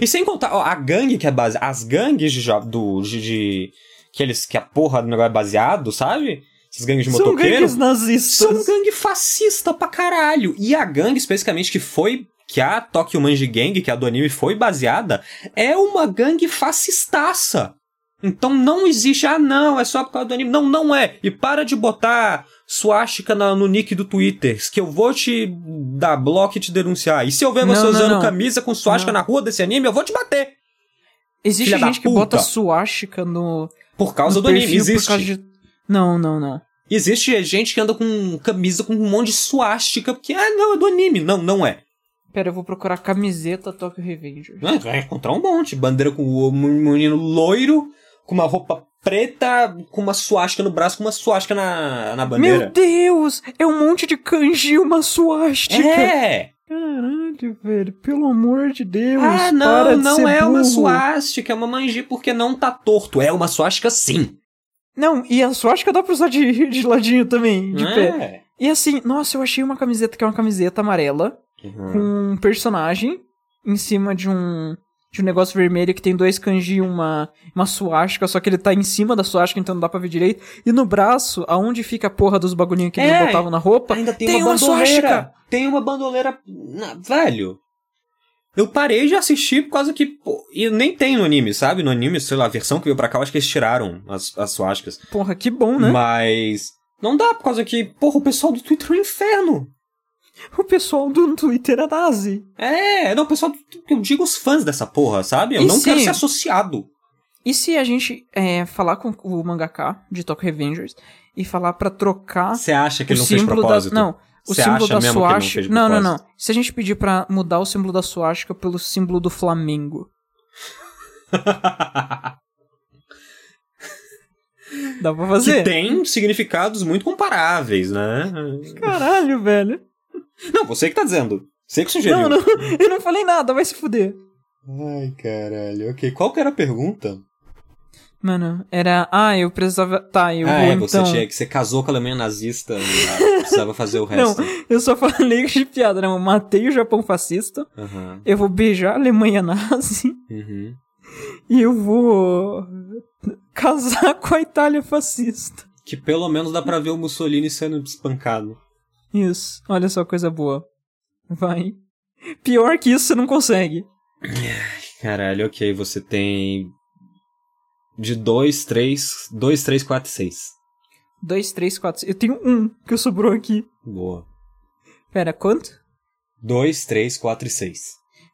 Speaker 1: E sem contar, ó, a gangue que é base, as gangues de, ja- do, de, de- que eles que a porra do negócio é baseado, sabe? Essas gangues de
Speaker 2: São
Speaker 1: motoqueiro.
Speaker 2: gangues nazistas.
Speaker 1: São é um gangue fascista pra caralho. E a gangue, especificamente, que foi. Que a Tokyo Manji Gang, que é a do anime, foi baseada, é uma gangue fascistaça. Então não existe, ah não, é só por causa do anime. Não, não é. E para de botar suástica na- no nick do Twitter, que eu vou te dar bloco e te denunciar. E se eu ver você
Speaker 2: Não, não,
Speaker 1: usando
Speaker 2: não.
Speaker 1: camisa com suástica
Speaker 2: Não.
Speaker 1: na rua desse anime, eu vou te bater.
Speaker 2: Existe
Speaker 1: Filha da
Speaker 2: gente que
Speaker 1: puta.
Speaker 2: bota suástica no.
Speaker 1: Por causa
Speaker 2: no
Speaker 1: do anime,
Speaker 2: perfil por
Speaker 1: existe.
Speaker 2: causa de- Não, não, não.
Speaker 1: Existe gente que anda com camisa com um monte de suástica, porque, ah não, é do anime. Não, não é.
Speaker 2: Pera, eu vou procurar camiseta Tokyo Revengers.
Speaker 1: Ah, Vai encontrar um monte. Bandeira com o um menino loiro, com uma roupa preta, com uma suástica no braço, com uma suástica na, na
Speaker 2: Meu
Speaker 1: bandeira.
Speaker 2: Deus! É um monte de kanji e uma suástica!
Speaker 1: É!
Speaker 2: Caralho, velho, pelo amor de Deus!
Speaker 1: ah,
Speaker 2: para
Speaker 1: não,
Speaker 2: de
Speaker 1: não
Speaker 2: ser
Speaker 1: é uma
Speaker 2: burro.
Speaker 1: suástica, é uma manji porque não tá torto. É uma suástica sim.
Speaker 2: Não, e a suástica dá pra usar de, de ladinho também, de pé.
Speaker 1: É.
Speaker 2: E assim, nossa, eu achei uma camiseta que é uma camiseta amarela, com
Speaker 1: Uhum.
Speaker 2: um personagem em cima de um. De um negócio vermelho que tem dois kanji e uma, uma suástica, só que ele tá em cima da suástica, então não dá pra ver direito. E no braço, aonde fica a porra dos bagulhinhos que eles
Speaker 1: É.
Speaker 2: não botavam na roupa,
Speaker 1: Ainda tem,
Speaker 2: Tem
Speaker 1: uma
Speaker 2: uma
Speaker 1: bandoleira.
Speaker 2: suástica.
Speaker 1: Tem uma bandoleira. na- velho. Eu parei de assistir por causa que. pô, e nem tem no anime, sabe? No anime, sei lá, a versão que veio pra cá, eu acho que eles tiraram as, as suásticas.
Speaker 2: Porra, que bom, né?
Speaker 1: Mas. Não dá, por causa que, porra, o pessoal do Twitter é um inferno.
Speaker 2: O pessoal do Twitter é nazi.
Speaker 1: É, não, o pessoal. do- Eu digo os fãs dessa porra, sabe? Eu
Speaker 2: E
Speaker 1: não quero
Speaker 2: sim.
Speaker 1: ser associado.
Speaker 2: E se a gente é, falar com o mangaka de Tokyo Revengers e falar pra trocar
Speaker 1: Você acha que
Speaker 2: Ah, o
Speaker 1: ele não fez
Speaker 2: símbolo
Speaker 1: propósito?
Speaker 2: da... Não, o
Speaker 1: Você
Speaker 2: símbolo
Speaker 1: acha mesmo
Speaker 2: da
Speaker 1: que ele não fez
Speaker 2: Swastika...
Speaker 1: de
Speaker 2: Não, não, não,
Speaker 1: propósito?
Speaker 2: Se a gente pedir pra mudar o símbolo da Swastika pelo símbolo do Flamengo, dá pra
Speaker 1: que
Speaker 2: fazer?
Speaker 1: tem significados muito comparáveis, né?
Speaker 2: Caralho, velho.
Speaker 1: Não, você que tá dizendo. Você que sugeriu.
Speaker 2: Não, não, eu não falei nada, vai se fuder.
Speaker 1: Ai, caralho. Ok, qual que era a pergunta?
Speaker 2: Mano, era... Ah, eu precisava... Tá, eu
Speaker 1: ah,
Speaker 2: vou
Speaker 1: é, você
Speaker 2: então...
Speaker 1: tinha que você casou com a Alemanha nazista e ah, precisava fazer o resto.
Speaker 2: Eu só falei de piada, né? Eu matei o Japão fascista,
Speaker 1: Aham.
Speaker 2: eu vou beijar a Alemanha nazi...
Speaker 1: Uhum.
Speaker 2: E eu vou casar com a Itália fascista.
Speaker 1: Que pelo menos dá pra ver o Mussolini sendo espancado.
Speaker 2: Isso. Olha só coisa boa. Vai. Pior que isso, você não consegue.
Speaker 1: Caralho, ok, você tem. De 2, 3. 2, 3, 4, 6.
Speaker 2: Dois, três, quatro. Eu tenho um que sobrou aqui.
Speaker 1: Boa.
Speaker 2: Pera, quanto?
Speaker 1: 2, 3, 4 e 6.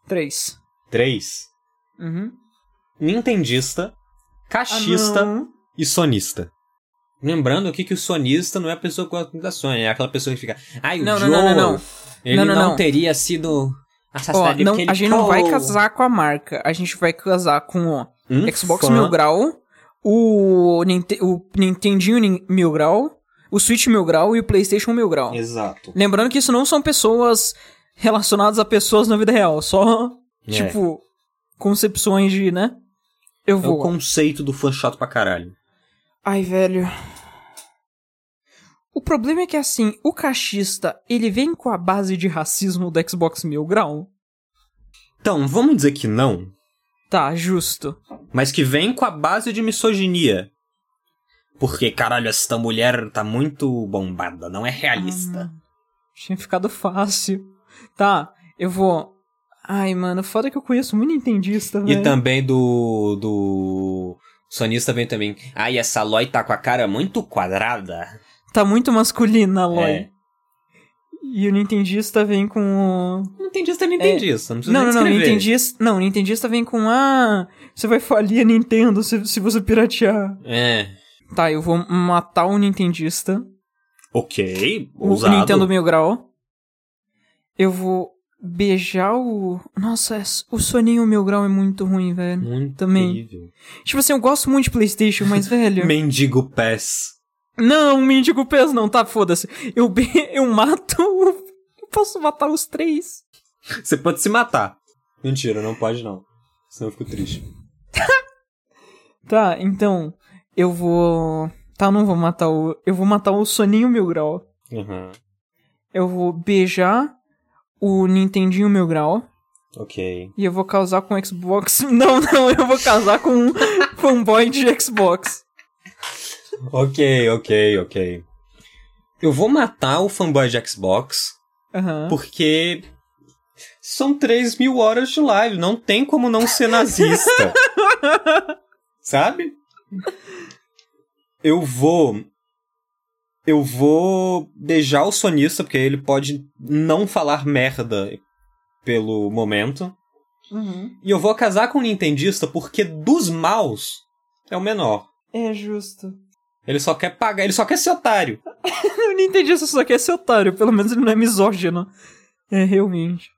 Speaker 2: Três.
Speaker 1: 3.
Speaker 2: Uhum.
Speaker 1: Nintendista,
Speaker 2: Ah,
Speaker 1: caixista
Speaker 2: não.
Speaker 1: e sonista. Lembrando aqui que o sonista não é a pessoa que gosta da sonha, é aquela pessoa que fica. Ai, o
Speaker 2: Não, não,
Speaker 1: Joel,
Speaker 2: não, não, não.
Speaker 1: ele
Speaker 2: Não,
Speaker 1: não,
Speaker 2: não, não.
Speaker 1: teria sido
Speaker 2: Ó,
Speaker 1: Assassinaria
Speaker 2: não,
Speaker 1: Tá é porque ele
Speaker 2: a gente não vai
Speaker 1: falou.
Speaker 2: casar com a marca. A gente vai casar com o
Speaker 1: Um
Speaker 2: Xbox
Speaker 1: fã.
Speaker 2: Mil Grau, o, Ninte o Nintendinho Nin- Mil Grau, o Switch Mil Grau e o PlayStation Mil Grau.
Speaker 1: Exato.
Speaker 2: Lembrando que isso não são pessoas relacionadas a pessoas na vida real, só,
Speaker 1: É.
Speaker 2: tipo, concepções de, né? Eu
Speaker 1: É o
Speaker 2: vou.
Speaker 1: conceito do fã chato pra caralho.
Speaker 2: Ai, velho. O problema é que, assim, o cachista, ele vem com a base de racismo do Xbox Mil Grau.
Speaker 1: Então, vamos dizer que não,
Speaker 2: Tá, justo.
Speaker 1: mas que vem com a base de misoginia. Porque, caralho, esta mulher tá muito bombada, não é realista.
Speaker 2: Ah, Tinha ficado fácil. Tá, eu vou. Ai, mano, foda que eu conheço muito entendista,
Speaker 1: E
Speaker 2: velho.
Speaker 1: também do. do. Sonista vem também. Ai, essa Loi tá com a cara muito quadrada.
Speaker 2: Tá muito masculina, Loy.
Speaker 1: É.
Speaker 2: E o nintendista vem com o... É.
Speaker 1: Não entendi isso, não entendi isso. É. Não, precisa
Speaker 2: Não,
Speaker 1: nem
Speaker 2: não, não,
Speaker 1: descrever.
Speaker 2: nintendista... Não, nintendista vem com... Ah, você vai falir a Nintendo se, se você piratear.
Speaker 1: É.
Speaker 2: Tá, eu vou matar o nintendista.
Speaker 1: Ok.
Speaker 2: O
Speaker 1: Ousado.
Speaker 2: Nintendo Mil Grau. Eu vou beijar o... Nossa, é- o soninho Mil Grau é muito ruim, velho.
Speaker 1: Muito
Speaker 2: Também.
Speaker 1: horrível.
Speaker 2: Tipo assim, eu gosto muito de Playstation, mas, velho...
Speaker 1: Mendigo Pass.
Speaker 2: Não, mendigo peso não, tá, foda-se. Eu, be- eu mato. o- Eu posso matar os três.
Speaker 1: Você pode se matar. Mentira, não pode não. Senão eu fico triste.
Speaker 2: Tá, então. Eu vou. Tá, eu não vou matar o. Eu vou matar o Soninho Mil Grau.
Speaker 1: Uhum.
Speaker 2: Eu vou beijar o Nintendinho Mil Grau.
Speaker 1: Ok.
Speaker 2: E eu vou casar com o Xbox. Não, não, eu vou casar com um fanboy de Xbox.
Speaker 1: Ok, ok, ok. Eu vou matar o fanboy de Xbox,
Speaker 2: Aham.
Speaker 1: porque são 3 mil horas de live, não tem como não ser nazista. Sabe? Eu vou. Eu vou beijar o sonista, porque ele pode não falar merda pelo momento.
Speaker 2: Uhum.
Speaker 1: E eu vou casar com o Nintendista, porque dos maus é o menor.
Speaker 2: É justo.
Speaker 1: Ele só quer pagar, ele só quer ser otário.
Speaker 2: O Nintendista só quer ser é otário, pelo menos ele não é misógino. É, realmente.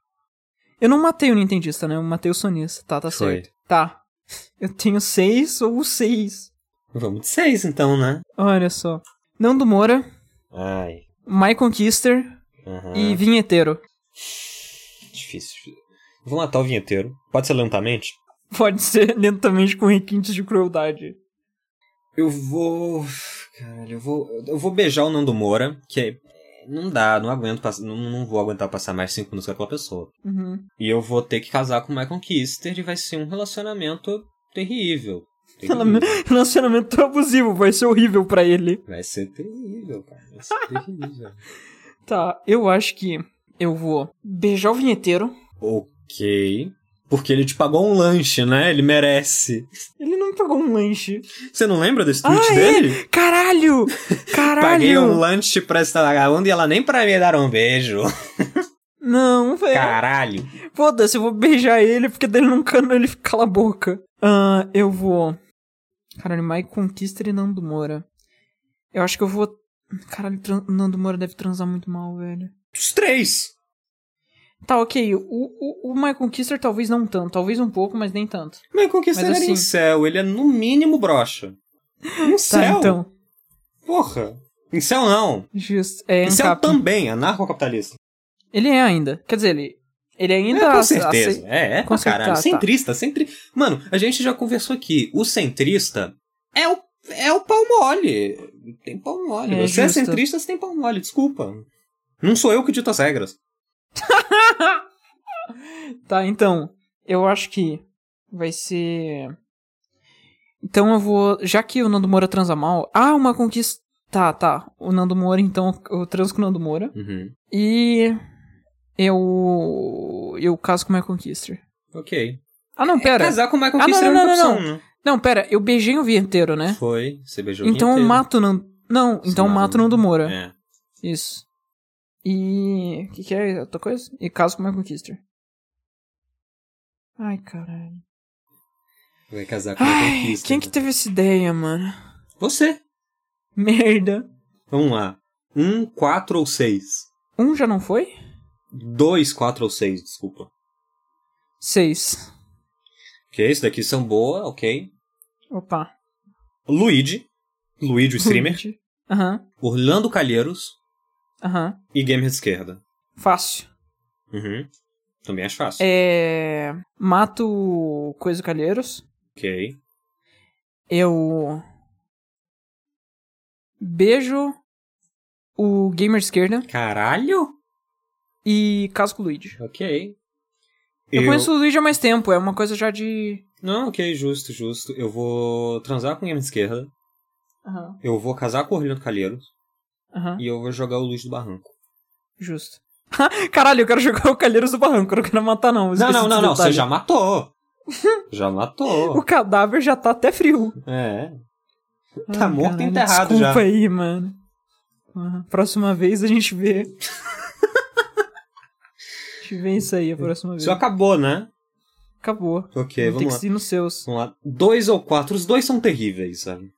Speaker 2: Eu não matei o Nintendista, né? Eu matei o sonista. Tá, tá
Speaker 1: Foi.
Speaker 2: certo. Tá. Eu tenho seis ou seis.
Speaker 1: Vamos de seis, então, né?
Speaker 2: Olha só. Nando Moura,
Speaker 1: Ai.
Speaker 2: Michael Kister
Speaker 1: aham.
Speaker 2: e Vinheteiro.
Speaker 1: Difícil. Vou matar o vinheteiro. Pode ser lentamente?
Speaker 2: Pode ser lentamente com requintes de crueldade.
Speaker 1: Eu vou. Caralho, eu vou. Eu vou beijar o Nando Moura, que é. Não dá, não aguento pass- não, não vou aguentar passar mais cinco minutos com aquela pessoa.
Speaker 2: Uhum.
Speaker 1: E eu vou ter que casar com o Michael Kister e vai ser um relacionamento terrível.
Speaker 2: Relamen-
Speaker 1: Terrível.
Speaker 2: Relacionamento abusivo, vai ser horrível pra ele.
Speaker 1: Vai ser terrível, cara. Vai ser terrível.
Speaker 2: Tá, eu acho que eu vou beijar o vinheteiro.
Speaker 1: Ok. Porque ele te pagou um lanche, né? Ele merece.
Speaker 2: Ele não pegou um lanche.
Speaker 1: Você não lembra desse tweet
Speaker 2: Ah, é?
Speaker 1: dele?
Speaker 2: Caralho! Caralho!
Speaker 1: Paguei um lanche pra essa vagabunda e ela nem pra me dar um beijo.
Speaker 2: Não, velho.
Speaker 1: Caralho.
Speaker 2: Foda-se, eu vou beijar ele, porque dele não cano ele fica cala a boca. Ah, eu vou. Caralho, Mike Conquista e Nando Moura. Eu acho que eu vou. Caralho, tran- Nando Moura deve transar muito mal, velho.
Speaker 1: Os três.
Speaker 2: Tá, ok. O, o, o Mike Conquista talvez não tanto. Talvez um pouco, mas nem tanto.
Speaker 1: Mas conquistar
Speaker 2: Mas
Speaker 1: era
Speaker 2: assim-
Speaker 1: em céu. Ele é no mínimo broxa. Em
Speaker 2: Tá,
Speaker 1: céu?
Speaker 2: então.
Speaker 1: Porra. Em céu não.
Speaker 2: Justo. É,
Speaker 1: Em céu
Speaker 2: Ancap.
Speaker 1: também, anarcocapitalista.
Speaker 2: Ele é ainda. Quer dizer, ele. Ele ainda.
Speaker 1: É, com
Speaker 2: Então, ace-
Speaker 1: certeza.
Speaker 2: ace-
Speaker 1: É, é
Speaker 2: com
Speaker 1: pra
Speaker 2: certeza,
Speaker 1: caralho.
Speaker 2: tá.
Speaker 1: Centrista, centrista. Mano, a gente já conversou aqui. O centrista é o, é o pau mole. Tem pau mole.
Speaker 2: É,
Speaker 1: você é
Speaker 2: justo.
Speaker 1: centrista, você tem pau mole. Desculpa. Não sou eu que dito as regras.
Speaker 2: Tá, então. Eu acho que vai ser. Então eu vou. Já que o Nando Moura transa mal. Ah, uma conquista. Tá, tá. O Nando Moura, então eu transo com o Nando Moura.
Speaker 1: Uhum.
Speaker 2: E. Eu. Eu caso com o Michael Kister.
Speaker 1: Ok.
Speaker 2: Ah,
Speaker 1: É,
Speaker 2: não, pera.
Speaker 1: Casar com o Michael
Speaker 2: Ah, não,
Speaker 1: Kister
Speaker 2: não,
Speaker 1: é uma
Speaker 2: não, não,
Speaker 1: opção, né?
Speaker 2: Não, pera. Eu beijei o vinheteiro, né?
Speaker 1: Foi, você beijou
Speaker 2: Então eu
Speaker 1: eu
Speaker 2: mato o Nando. Não,
Speaker 1: Você
Speaker 2: então eu
Speaker 1: mata o
Speaker 2: mato o Nando Moura.
Speaker 1: É.
Speaker 2: Isso. E. O que, que é outra coisa? E caso com o Michael Kister. Ai, caralho.
Speaker 1: Vai casar com né? a
Speaker 2: Ai,
Speaker 1: conquista.
Speaker 2: quem que teve essa ideia, mano?
Speaker 1: Você.
Speaker 2: Merda.
Speaker 1: Vamos lá. Um, quatro ou seis.
Speaker 2: Um já não foi?
Speaker 1: Dois, quatro ou seis, desculpa.
Speaker 2: Seis.
Speaker 1: Ok, isso daqui são boa, ok.
Speaker 2: Opa.
Speaker 1: Luigi. Luigi, o streamer.
Speaker 2: Vinte. Aham.
Speaker 1: Orlando Calheiros
Speaker 2: Aham.
Speaker 1: e Gamer de Esquerda.
Speaker 2: Fácil.
Speaker 1: Uhum. Também acho fácil.
Speaker 2: É. Mato o Coisa Calheiros.
Speaker 1: Ok.
Speaker 2: Eu. Beijo o Gamer Esquerda
Speaker 1: Caralho?
Speaker 2: e caso com o Luigi.
Speaker 1: Ok.
Speaker 2: Eu, conheço o Luigi há mais tempo, é uma coisa já de.
Speaker 1: Não, ok, justo, justo. Eu vou transar com o Gamer de Esquerda.
Speaker 2: Aham.
Speaker 1: Eu vou casar com o Orlando Calheiros.
Speaker 2: Aham.
Speaker 1: E eu vou jogar o Luigi do Barranco.
Speaker 2: Justo. Caralho, eu quero jogar o Calheiros do Barranco, eu não quero matar, não.
Speaker 1: Não,
Speaker 2: Esqueci
Speaker 1: não, não,
Speaker 2: desse
Speaker 1: não. Você
Speaker 2: detalhe.
Speaker 1: já matou. já
Speaker 2: O
Speaker 1: matou.
Speaker 2: cadáver já tá até frio.
Speaker 1: É. Tá
Speaker 2: Ah,
Speaker 1: morto e
Speaker 2: caralho,
Speaker 1: enterrado
Speaker 2: desculpa
Speaker 1: já.
Speaker 2: aí, mano. Ah, próxima vez a gente vê. a gente vê isso aí a próxima vez.
Speaker 1: Isso acabou, né?
Speaker 2: Acabou.
Speaker 1: Ok,
Speaker 2: Tem
Speaker 1: vamos
Speaker 2: que
Speaker 1: lá.
Speaker 2: ir nos seus.
Speaker 1: Vamos lá. Dois ou quatro. Os dois são terríveis, sabe?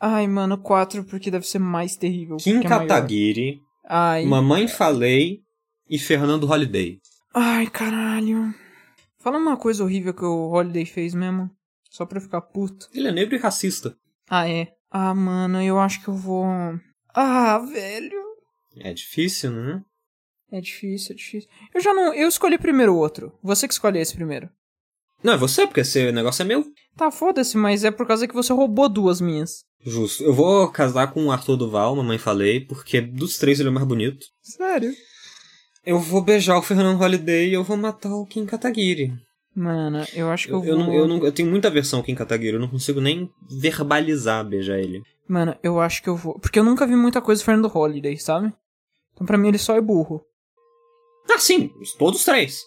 Speaker 2: Ai, mano, quatro, porque deve ser mais terrível.
Speaker 1: Kim
Speaker 2: porque é maior.
Speaker 1: Kataguiri,
Speaker 2: Ai.
Speaker 1: Mamãe Falei e Fernando Holiday.
Speaker 2: Ai, caralho. Fala uma coisa horrível que o Holiday fez mesmo. Só pra eu ficar puto.
Speaker 1: Ele é negro e racista.
Speaker 2: Ah, é. Ah, mano, eu acho que eu vou. Ah, velho.
Speaker 1: É difícil, né?
Speaker 2: É difícil, é difícil. Eu já não. Eu escolhi primeiro o outro. Você que escolhe esse primeiro.
Speaker 1: Não, é você, porque esse negócio é meu.
Speaker 2: Tá, foda-se, mas é por causa que você roubou duas minhas.
Speaker 1: Justo. Eu vou casar com o Arthur Duval, Mamãe Falei, porque dos três ele é o mais bonito.
Speaker 2: Sério?
Speaker 1: Eu vou beijar o Fernando Holiday e eu vou matar o Kim Kataguiri.
Speaker 2: Mano, eu acho que eu,
Speaker 1: Eu, eu
Speaker 2: vou.
Speaker 1: não, eu, não, eu tenho muita aversão ao Kim Kataguiri, eu não consigo nem verbalizar beijar ele.
Speaker 2: Mano, eu acho que eu vou. Porque eu nunca vi muita coisa do Fernando Holiday, sabe? Então pra mim ele só é burro.
Speaker 1: Ah, sim, todos três.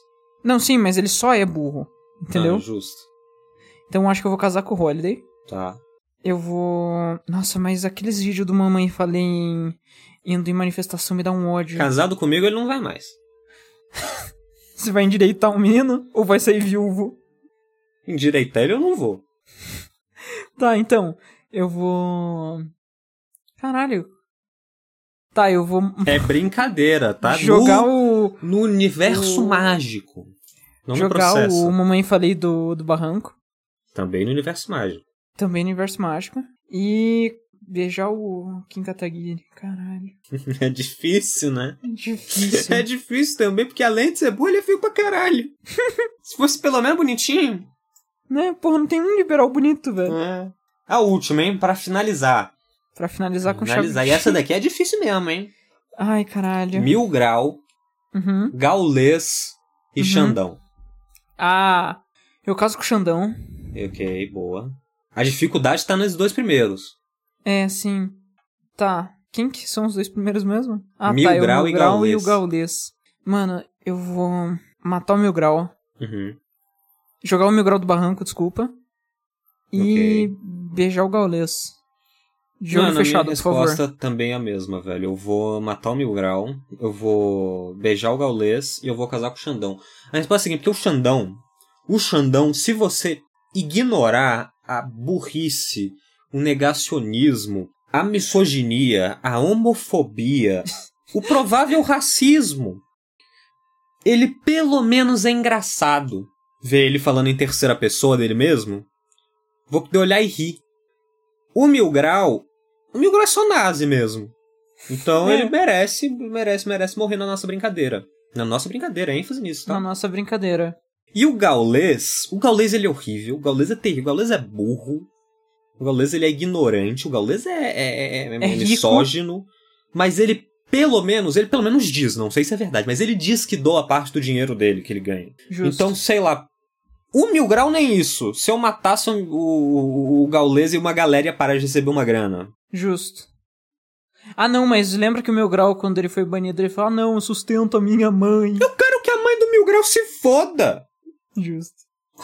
Speaker 2: Não, sim, mas ele só é burro. Entendeu?
Speaker 1: Ah, justo.
Speaker 2: Então eu acho que eu vou casar com o Holiday.
Speaker 1: Tá.
Speaker 2: Eu vou. Nossa, mas aqueles vídeos do Mamãe Falei em... indo em manifestação me dá um ódio.
Speaker 1: Casado comigo ele não vai mais.
Speaker 2: Você vai endireitar o menino ou vai sair viúvo?
Speaker 1: Endireitar ele eu não vou.
Speaker 2: Tá, então. Eu vou. Caralho. Tá, eu vou
Speaker 1: É brincadeira, tá?
Speaker 2: jogar
Speaker 1: no,
Speaker 2: o.
Speaker 1: no universo
Speaker 2: o-
Speaker 1: mágico. Não no
Speaker 2: jogar
Speaker 1: processo.
Speaker 2: o Mamãe Falei do, do Barranco.
Speaker 1: Também no universo mágico.
Speaker 2: Também no universo mágico. E beijar o Kim Kataguiri. Caralho.
Speaker 1: É difícil, né?
Speaker 2: É difícil.
Speaker 1: É difícil também, porque além de ser burro, ele é feio pra caralho. Se fosse pelo menos bonitinho.
Speaker 2: né? Porra, não tem um liberal bonito, velho.
Speaker 1: É. A última, hein? Pra finalizar.
Speaker 2: Pra finalizar com chave.
Speaker 1: finalizar. E essa daqui é difícil mesmo, hein?
Speaker 2: Ai, caralho.
Speaker 1: Mil Grau,
Speaker 2: Uhum.
Speaker 1: Gaulês e
Speaker 2: Uhum.
Speaker 1: Xandão.
Speaker 2: Ah, eu caso com o Xandão.
Speaker 1: Ok, boa. A dificuldade tá nos dois primeiros.
Speaker 2: É, sim. Tá. Quem que são os dois primeiros mesmo? Ah,
Speaker 1: Mil
Speaker 2: tá. é o
Speaker 1: Grau e
Speaker 2: Mil Grau e o
Speaker 1: Gaulês.
Speaker 2: Gaulês. Mano, eu vou matar o Mil Grau.
Speaker 1: Uhum.
Speaker 2: Jogar o Mil Grau do barranco, desculpa. E
Speaker 1: Ok.
Speaker 2: beijar o Gaulês. De olho
Speaker 1: Mano, a
Speaker 2: fechado,
Speaker 1: minha
Speaker 2: por favor.
Speaker 1: resposta também é a mesma, velho. Eu vou matar o Mil Grau, eu vou beijar o Gaulês e eu vou casar com o Xandão. A resposta é a seguinte, porque o Xandão, o Xandão, se você ignorar a burrice, o negacionismo, a misoginia, a homofobia, o provável racismo, ele pelo menos é engraçado. Ver ele falando em terceira pessoa dele mesmo, vou poder olhar e rir. O Mil Grau, o Mil Grau é só nazi mesmo. Então
Speaker 2: É.
Speaker 1: ele merece, merece, merece morrer na nossa brincadeira. Na nossa brincadeira, ênfase nisso, tá?
Speaker 2: Na nossa brincadeira.
Speaker 1: E o Gaulês, o Gaulês ele é horrível, o Gaulês é terrível, o Gaulês é burro, o Gaulês ele é ignorante, o Gaulês é, é, é, é
Speaker 2: É rico.
Speaker 1: misógino, mas ele pelo menos, ele pelo menos diz, não sei se é verdade, mas ele diz que doa parte do dinheiro dele que ele ganha.
Speaker 2: Justo.
Speaker 1: Então, sei lá, o Mil Grau nem isso, se eu matasse um, o, o, o Gaulês e uma galera ia parar de receber uma grana.
Speaker 2: Justo. Ah, não, mas lembra que o Mil Grau, quando ele foi banido, ele falou: ah, não, eu sustento a minha mãe.
Speaker 1: Eu quero que a mãe do Mil Grau se foda!
Speaker 2: Justo.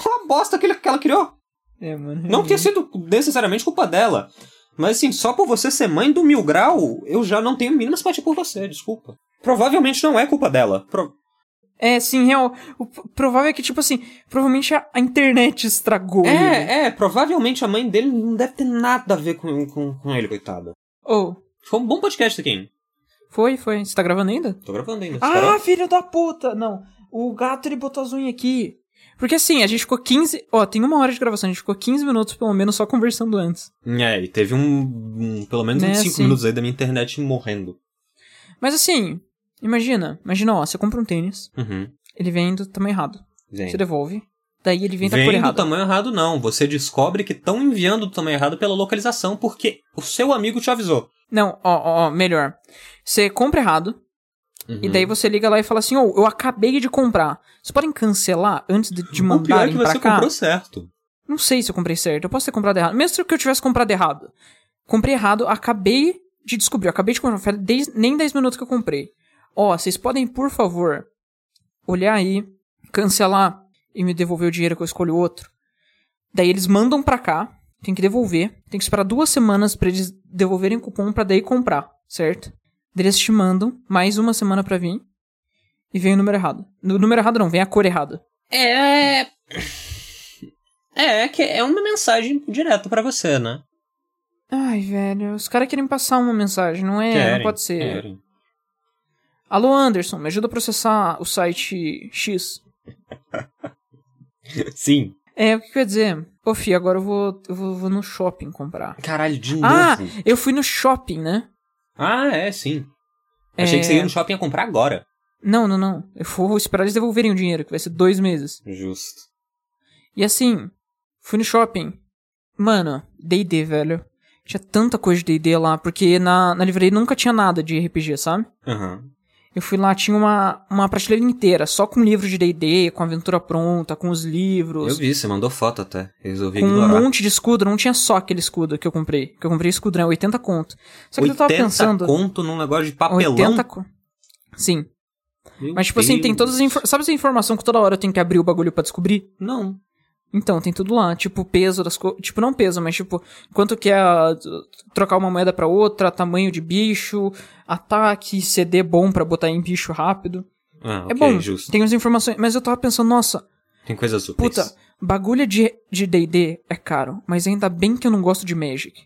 Speaker 1: Uma bosta que ele- que ela criou.
Speaker 2: É, mano.
Speaker 1: Não que tenha sido necessariamente culpa dela. Mas assim, só por você ser mãe do Mil Grau, eu já não tenho a mínima simpatia por você, desculpa. Provavelmente não é culpa dela. Pro-
Speaker 2: É, sim, real. O p- provável é que, tipo assim, provavelmente a, a internet estragou ele.
Speaker 1: É, é, provavelmente a mãe dele não deve ter nada a ver com, com, com ele, coitada.
Speaker 2: Ou,
Speaker 1: Foi um bom podcast isso aqui, hein?
Speaker 2: foi, foi. Você tá gravando ainda?
Speaker 1: Tô gravando ainda.
Speaker 2: Ah,
Speaker 1: espera.
Speaker 2: filho da puta! Não, o gato ele botou as unhas aqui. Porque assim, a gente ficou 15. Ó, tem uma hora de gravação, a gente ficou 15 minutos pelo menos só conversando antes.
Speaker 1: É, e teve um. um- pelo menos
Speaker 2: Né,
Speaker 1: uns 5
Speaker 2: assim.
Speaker 1: minutos aí da minha internet morrendo.
Speaker 2: Mas assim, imagina, imagina, ó, você compra um tênis,
Speaker 1: Uhum.
Speaker 2: ele vem do tamanho errado.
Speaker 1: Vem.
Speaker 2: Você devolve. Daí ele vem da cor
Speaker 1: Vem do
Speaker 2: errada.
Speaker 1: tamanho errado, não. Você descobre que estão enviando do tamanho errado pela localização, porque o seu amigo te avisou.
Speaker 2: Não, ó, ó, ó, melhor. Você compra errado, e
Speaker 1: Uhum.
Speaker 2: daí você liga lá e fala assim, ô, eu acabei de comprar. Vocês podem cancelar antes de, de
Speaker 1: o pior é
Speaker 2: mandarem
Speaker 1: que você
Speaker 2: pra cá?
Speaker 1: comprou certo.
Speaker 2: Não sei se eu comprei certo, eu posso ter comprado errado. Mesmo que eu tivesse comprado errado. Comprei errado, acabei de descobrir, eu acabei de comprar, faz dez- nem 10 minutos que eu comprei. Ó, vocês podem, por favor, olhar aí, cancelar e me devolver o dinheiro que eu escolho outro. Daí eles mandam pra cá, tem que devolver, tem que esperar duas semanas pra eles devolverem o cupom pra daí comprar, certo? Daí Eles te mandam mais uma semana pra vir e vem o número errado. O número errado não, vem a cor errada.
Speaker 1: É. É, que é uma mensagem direta pra você, né?
Speaker 2: Ai, velho, os caras querem passar uma mensagem, não é? não pode ser.
Speaker 1: querem.
Speaker 2: Alô, Anderson, me ajuda a processar o site X.
Speaker 1: Sim.
Speaker 2: É, o que que eu ia dizer? Ô, fi, agora eu vou, eu vou, vou no shopping comprar.
Speaker 1: Caralho, de
Speaker 2: Ah,
Speaker 1: novo.
Speaker 2: eu fui no shopping, né?
Speaker 1: Ah, é, sim. Achei que
Speaker 2: É.
Speaker 1: você ia no shopping a comprar agora.
Speaker 2: Não, não, não. Eu vou esperar eles devolverem o dinheiro, que vai ser dois meses.
Speaker 1: Justo.
Speaker 2: E assim, fui no shopping. Mano, D&D, velho. Tinha tanta coisa de D&D lá, porque na, na livraria nunca tinha nada de RPG, sabe?
Speaker 1: Aham.
Speaker 2: Eu fui lá, tinha uma, uma prateleira inteira, só com livro de D&D, com aventura pronta, com os livros.
Speaker 1: Eu vi, você mandou foto até. Eu Resolvi
Speaker 2: com um
Speaker 1: ignorar.
Speaker 2: monte de escudo, não tinha só aquele escudo que eu comprei. Que eu comprei escudo, né? 80 conto. Só que eu
Speaker 1: 80
Speaker 2: tava pensando.
Speaker 1: conto num negócio de papelão.
Speaker 2: 80 co- Sim.
Speaker 1: Meu
Speaker 2: Mas, tipo assim, tem
Speaker 1: Deus.
Speaker 2: todas as informações. Sabe essa informação que toda hora eu tenho que abrir o bagulho pra descobrir?
Speaker 1: Não.
Speaker 2: Então, tem tudo lá. Tipo, peso das coisas. Tipo, não peso, mas tipo, quanto que é a- trocar uma moeda pra outra, tamanho de bicho, ataque, CD bom pra botar em bicho rápido.
Speaker 1: Ah,
Speaker 2: é
Speaker 1: ok,
Speaker 2: bom,
Speaker 1: justo.
Speaker 2: tem as informações. Mas eu tava pensando, nossa,
Speaker 1: Tem coisas úteis.
Speaker 2: puta, bagulho de de D&D é caro, mas ainda bem que eu não gosto de Magic.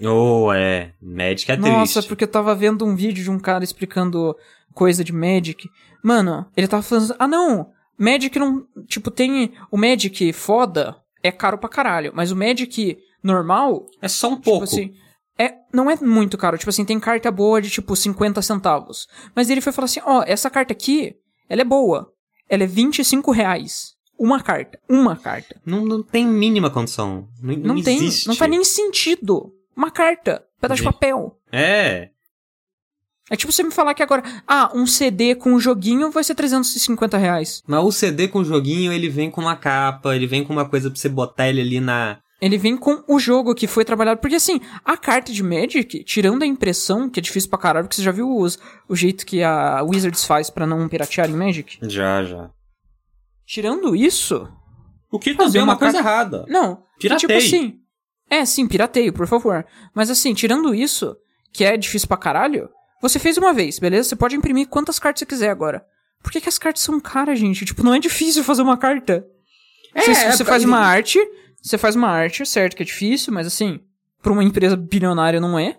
Speaker 1: Oh, é. Magic é
Speaker 2: Nossa,
Speaker 1: triste.
Speaker 2: porque eu tava vendo um vídeo de um cara explicando coisa de Magic. Mano, ele tava falando. assim, Ah, não! Magic não. Tipo, tem. O Magic foda é caro pra caralho. Mas o Magic normal,
Speaker 1: É só um
Speaker 2: tipo
Speaker 1: pouco.
Speaker 2: assim. É, não é muito caro. Tipo assim, tem carta boa de tipo 50 centavos. Mas ele foi falar assim: ó, essa carta aqui, ela é boa. Ela é 25 reais. Uma carta. Uma carta.
Speaker 1: não, não tem mínima condição. Não,
Speaker 2: Não, tem.
Speaker 1: Existe.
Speaker 2: Não faz nem sentido. Uma carta. Pedaço de
Speaker 1: Gente.
Speaker 2: papel.
Speaker 1: É.
Speaker 2: É tipo você me falar que agora, ah, um CD com um joguinho vai ser 350 reais.
Speaker 1: Mas o CD com o joguinho, ele vem com uma capa, ele vem com uma coisa pra você botar ele ali na.
Speaker 2: Ele vem com o jogo que foi trabalhado. Porque assim, a carta de Magic, tirando a impressão, que é difícil pra caralho, porque você já viu os- o jeito que a Wizards faz pra não piratear em Magic?
Speaker 1: Já, já.
Speaker 2: Tirando isso.
Speaker 1: O que
Speaker 2: Fazer
Speaker 1: também é uma
Speaker 2: uma
Speaker 1: coisa
Speaker 2: capa-
Speaker 1: errada.
Speaker 2: Não. que Tipo
Speaker 1: Pirateio.
Speaker 2: assim. É, sim, pirateio, por favor. Mas assim, tirando isso, que é difícil pra caralho, você fez uma vez, beleza? Você pode imprimir quantas cartas você quiser agora. Por que, que as cartas são caras, gente? Tipo, não é difícil fazer uma carta. você,
Speaker 1: é,
Speaker 2: você
Speaker 1: pra-
Speaker 2: faz uma arte, você faz uma arte, certo que é difícil, mas assim, pra uma empresa bilionária não é.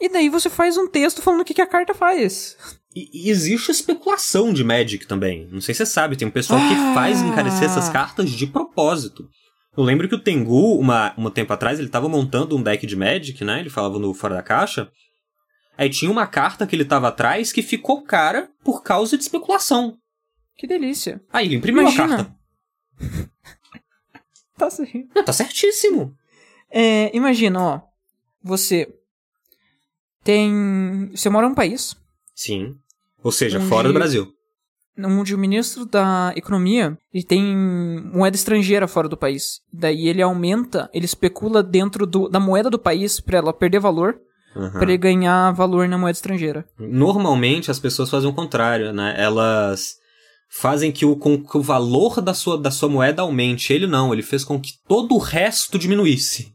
Speaker 2: E daí você faz um texto falando o que, que a carta faz.
Speaker 1: E, e existe especulação de Magic também. Não sei se você sabe, tem um pessoal
Speaker 2: Ah.
Speaker 1: que faz encarecer essas cartas de propósito. Eu lembro que o Tengu, uma, um tempo atrás, ele tava montando um deck de Magic, né? Ele falava no Fora da Caixa. Aí tinha uma carta que ele tava atrás que ficou cara por causa de especulação.
Speaker 2: Que delícia.
Speaker 1: Aí ele imprimiu a
Speaker 2: Imagina.
Speaker 1: carta.
Speaker 2: Tá certo.
Speaker 1: Não, tá certíssimo.
Speaker 2: É, imagina, ó. Você tem. Você mora em um país
Speaker 1: Sim. Ou seja,
Speaker 2: Um
Speaker 1: fora do
Speaker 2: dia-
Speaker 1: Brasil.
Speaker 2: onde o ministro da economia ele tem moeda estrangeira fora do país. Daí ele aumenta, ele especula dentro do, da moeda do país pra ela perder valor,
Speaker 1: Aham.
Speaker 2: pra ele ganhar valor na moeda estrangeira.
Speaker 1: Normalmente as pessoas fazem o contrário, né? Elas fazem que o, com que o valor da sua, da sua moeda aumente. Ele não, ele fez com que todo o resto diminuísse.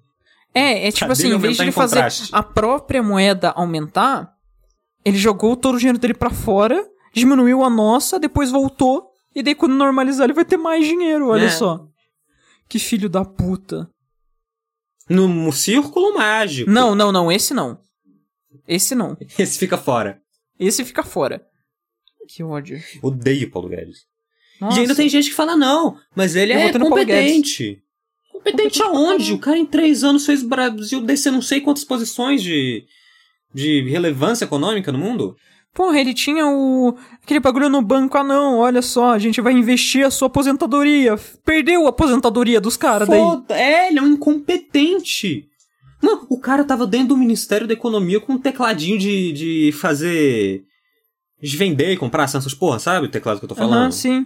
Speaker 2: É, é tipo
Speaker 1: Pra
Speaker 2: assim,
Speaker 1: dele
Speaker 2: em vez de
Speaker 1: aumentar
Speaker 2: ele
Speaker 1: em
Speaker 2: fazer
Speaker 1: contraste.
Speaker 2: a própria moeda aumentar, ele jogou todo o dinheiro dele pra fora, diminuiu a nossa, depois voltou, e daí quando normalizar ele vai ter mais dinheiro, olha
Speaker 1: É.
Speaker 2: só. Que filho da puta.
Speaker 1: No, no círculo mágico.
Speaker 2: Não, não, não, esse não. Esse não.
Speaker 1: Esse fica fora.
Speaker 2: Esse fica fora. Que ódio.
Speaker 1: Odeio Paulo Guedes. E ainda tem gente que fala, não, mas ele
Speaker 2: Eu
Speaker 1: é
Speaker 2: votei no Paulo
Speaker 1: competente. Competente aonde? O cara em três anos fez o Brasil descer não sei quantas posições de, de relevância econômica no mundo.
Speaker 2: Porra, ele tinha o. aquele bagulho no banco, ah não, olha só, a gente vai investir a sua aposentadoria. Perdeu a aposentadoria dos caras daí.
Speaker 1: Foda, é, ele é um incompetente. Mano, o cara tava dentro do Ministério da Economia com um tecladinho de, de fazer. de vender e comprar essas porra, sabe? O teclado que eu tô
Speaker 2: Aham,
Speaker 1: falando.
Speaker 2: sim.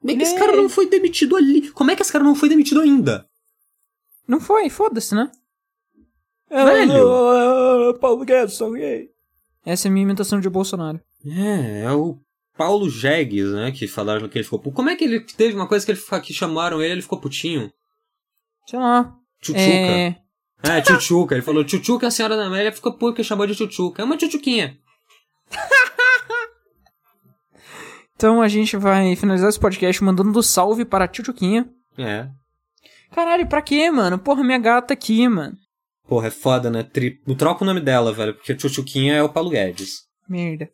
Speaker 1: Como é que esse
Speaker 2: Ele-
Speaker 1: cara não foi demitido ali? Como é que esse cara não foi demitido ainda?
Speaker 2: Não foi, foda-se, né? É
Speaker 1: Velho!
Speaker 2: Paulo Guedes, ok. Essa é a minha imitação de Bolsonaro.
Speaker 1: É, é o Paulo Jegues, né? Que falaram que ele ficou puto. Como é que ele teve uma coisa que, ele, fa- que chamaram ele, ele ficou putinho?
Speaker 2: Sei lá.
Speaker 1: Tchutchuca. É,
Speaker 2: É.
Speaker 1: tchutchuca. Ele falou tchutchuca, a senhora da Amélia ficou puto que chamou de tchutchuca. É uma tchutchuquinha.
Speaker 2: Então a gente vai finalizar esse podcast mandando um salve para a Tchutchuquinha.
Speaker 1: É.
Speaker 2: Caralho, pra quê, mano? Porra, minha gata aqui, mano.
Speaker 1: Porra, é foda, né? Tri... Troca o nome dela, velho, porque tchutchuquinha é o Paulo Guedes.
Speaker 2: Merda.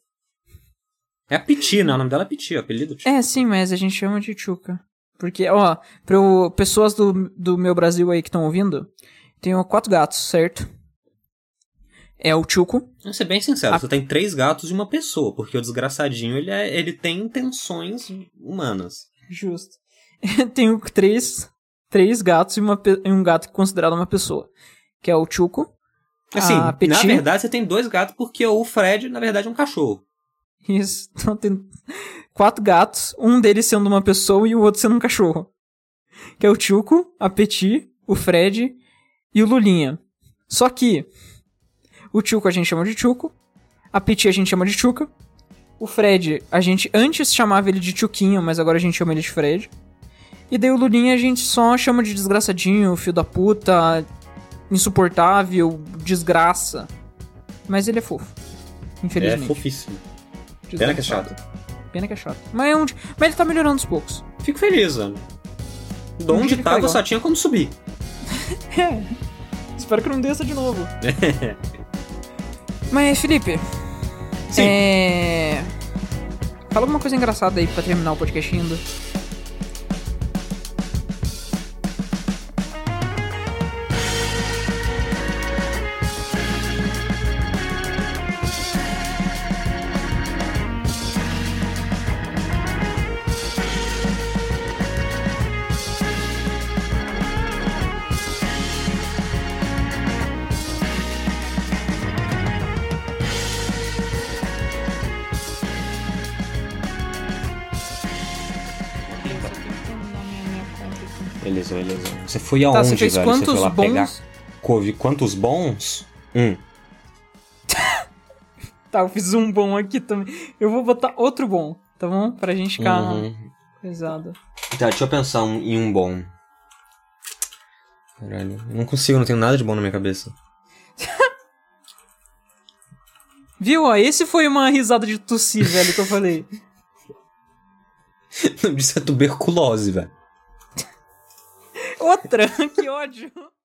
Speaker 1: É a Piti, né? O nome dela é Piti, o apelido. Piti.
Speaker 2: É, sim, mas a gente chama de Tchuca. Porque, ó, pra eu- pessoas do, do meu Brasil aí que estão ouvindo, tenho quatro gatos, certo? É o Tchuco.
Speaker 1: Vou ser bem sincero,
Speaker 2: A-
Speaker 1: você tem três gatos e uma pessoa, porque o desgraçadinho, ele, é... ele tem intenções humanas.
Speaker 2: Justo. tenho três, três gatos e, uma pe- e um gato considerado uma pessoa. Que é o Tchuco.
Speaker 1: Assim,
Speaker 2: Ah, a Piti.
Speaker 1: na verdade, você tem dois gatos, porque o Fred, na verdade, é um cachorro.
Speaker 2: Isso. Então tem quatro gatos, um deles sendo uma pessoa e o outro sendo um cachorro. Que é o Tchuco, a Petit, o Fred e o Lulinha. Só que o Tchuco a gente chama de Tchuco, a Petit a gente chama de Tchuca, o Fred a gente antes chamava ele de Tchuquinho, mas agora a gente chama ele de Fred. E daí o Lulinha a gente só chama de desgraçadinho, filho da puta, insuportável, desgraça. Mas ele é fofo.
Speaker 1: É
Speaker 2: Infelizmente.
Speaker 1: fofíssimo. Pena que é chato.
Speaker 2: Pena que é chato. Mas, é onde... Mas ele tá melhorando aos poucos.
Speaker 1: Fico feliz, velho. De
Speaker 2: Um dia
Speaker 1: onde
Speaker 2: ele
Speaker 1: tava,
Speaker 2: pegou.
Speaker 1: só tinha como subir.
Speaker 2: Espero que não desça de novo. Mas, Felipe, é... fala alguma coisa engraçada aí pra terminar o podcast ainda.
Speaker 1: Beleza, beleza. Você foi aonde,
Speaker 2: Tá, você fez
Speaker 1: velho? você
Speaker 2: quantos
Speaker 1: foi lá pegar
Speaker 2: bons...
Speaker 1: couve? Quantos bons? Um.
Speaker 2: Tá, eu fiz um bom aqui também. Eu vou botar outro bom, tá bom? Pra gente ficar
Speaker 1: Uhum.
Speaker 2: pesado.
Speaker 1: Tá, deixa eu pensar um- em um bom. Caralho, eu não consigo, não tenho nada de bom na minha cabeça.
Speaker 2: Viu? Ó, esse foi uma risada de tossir, velho, que eu falei.
Speaker 1: Não, Isso é tuberculose, velho.
Speaker 2: Outra! que ódio!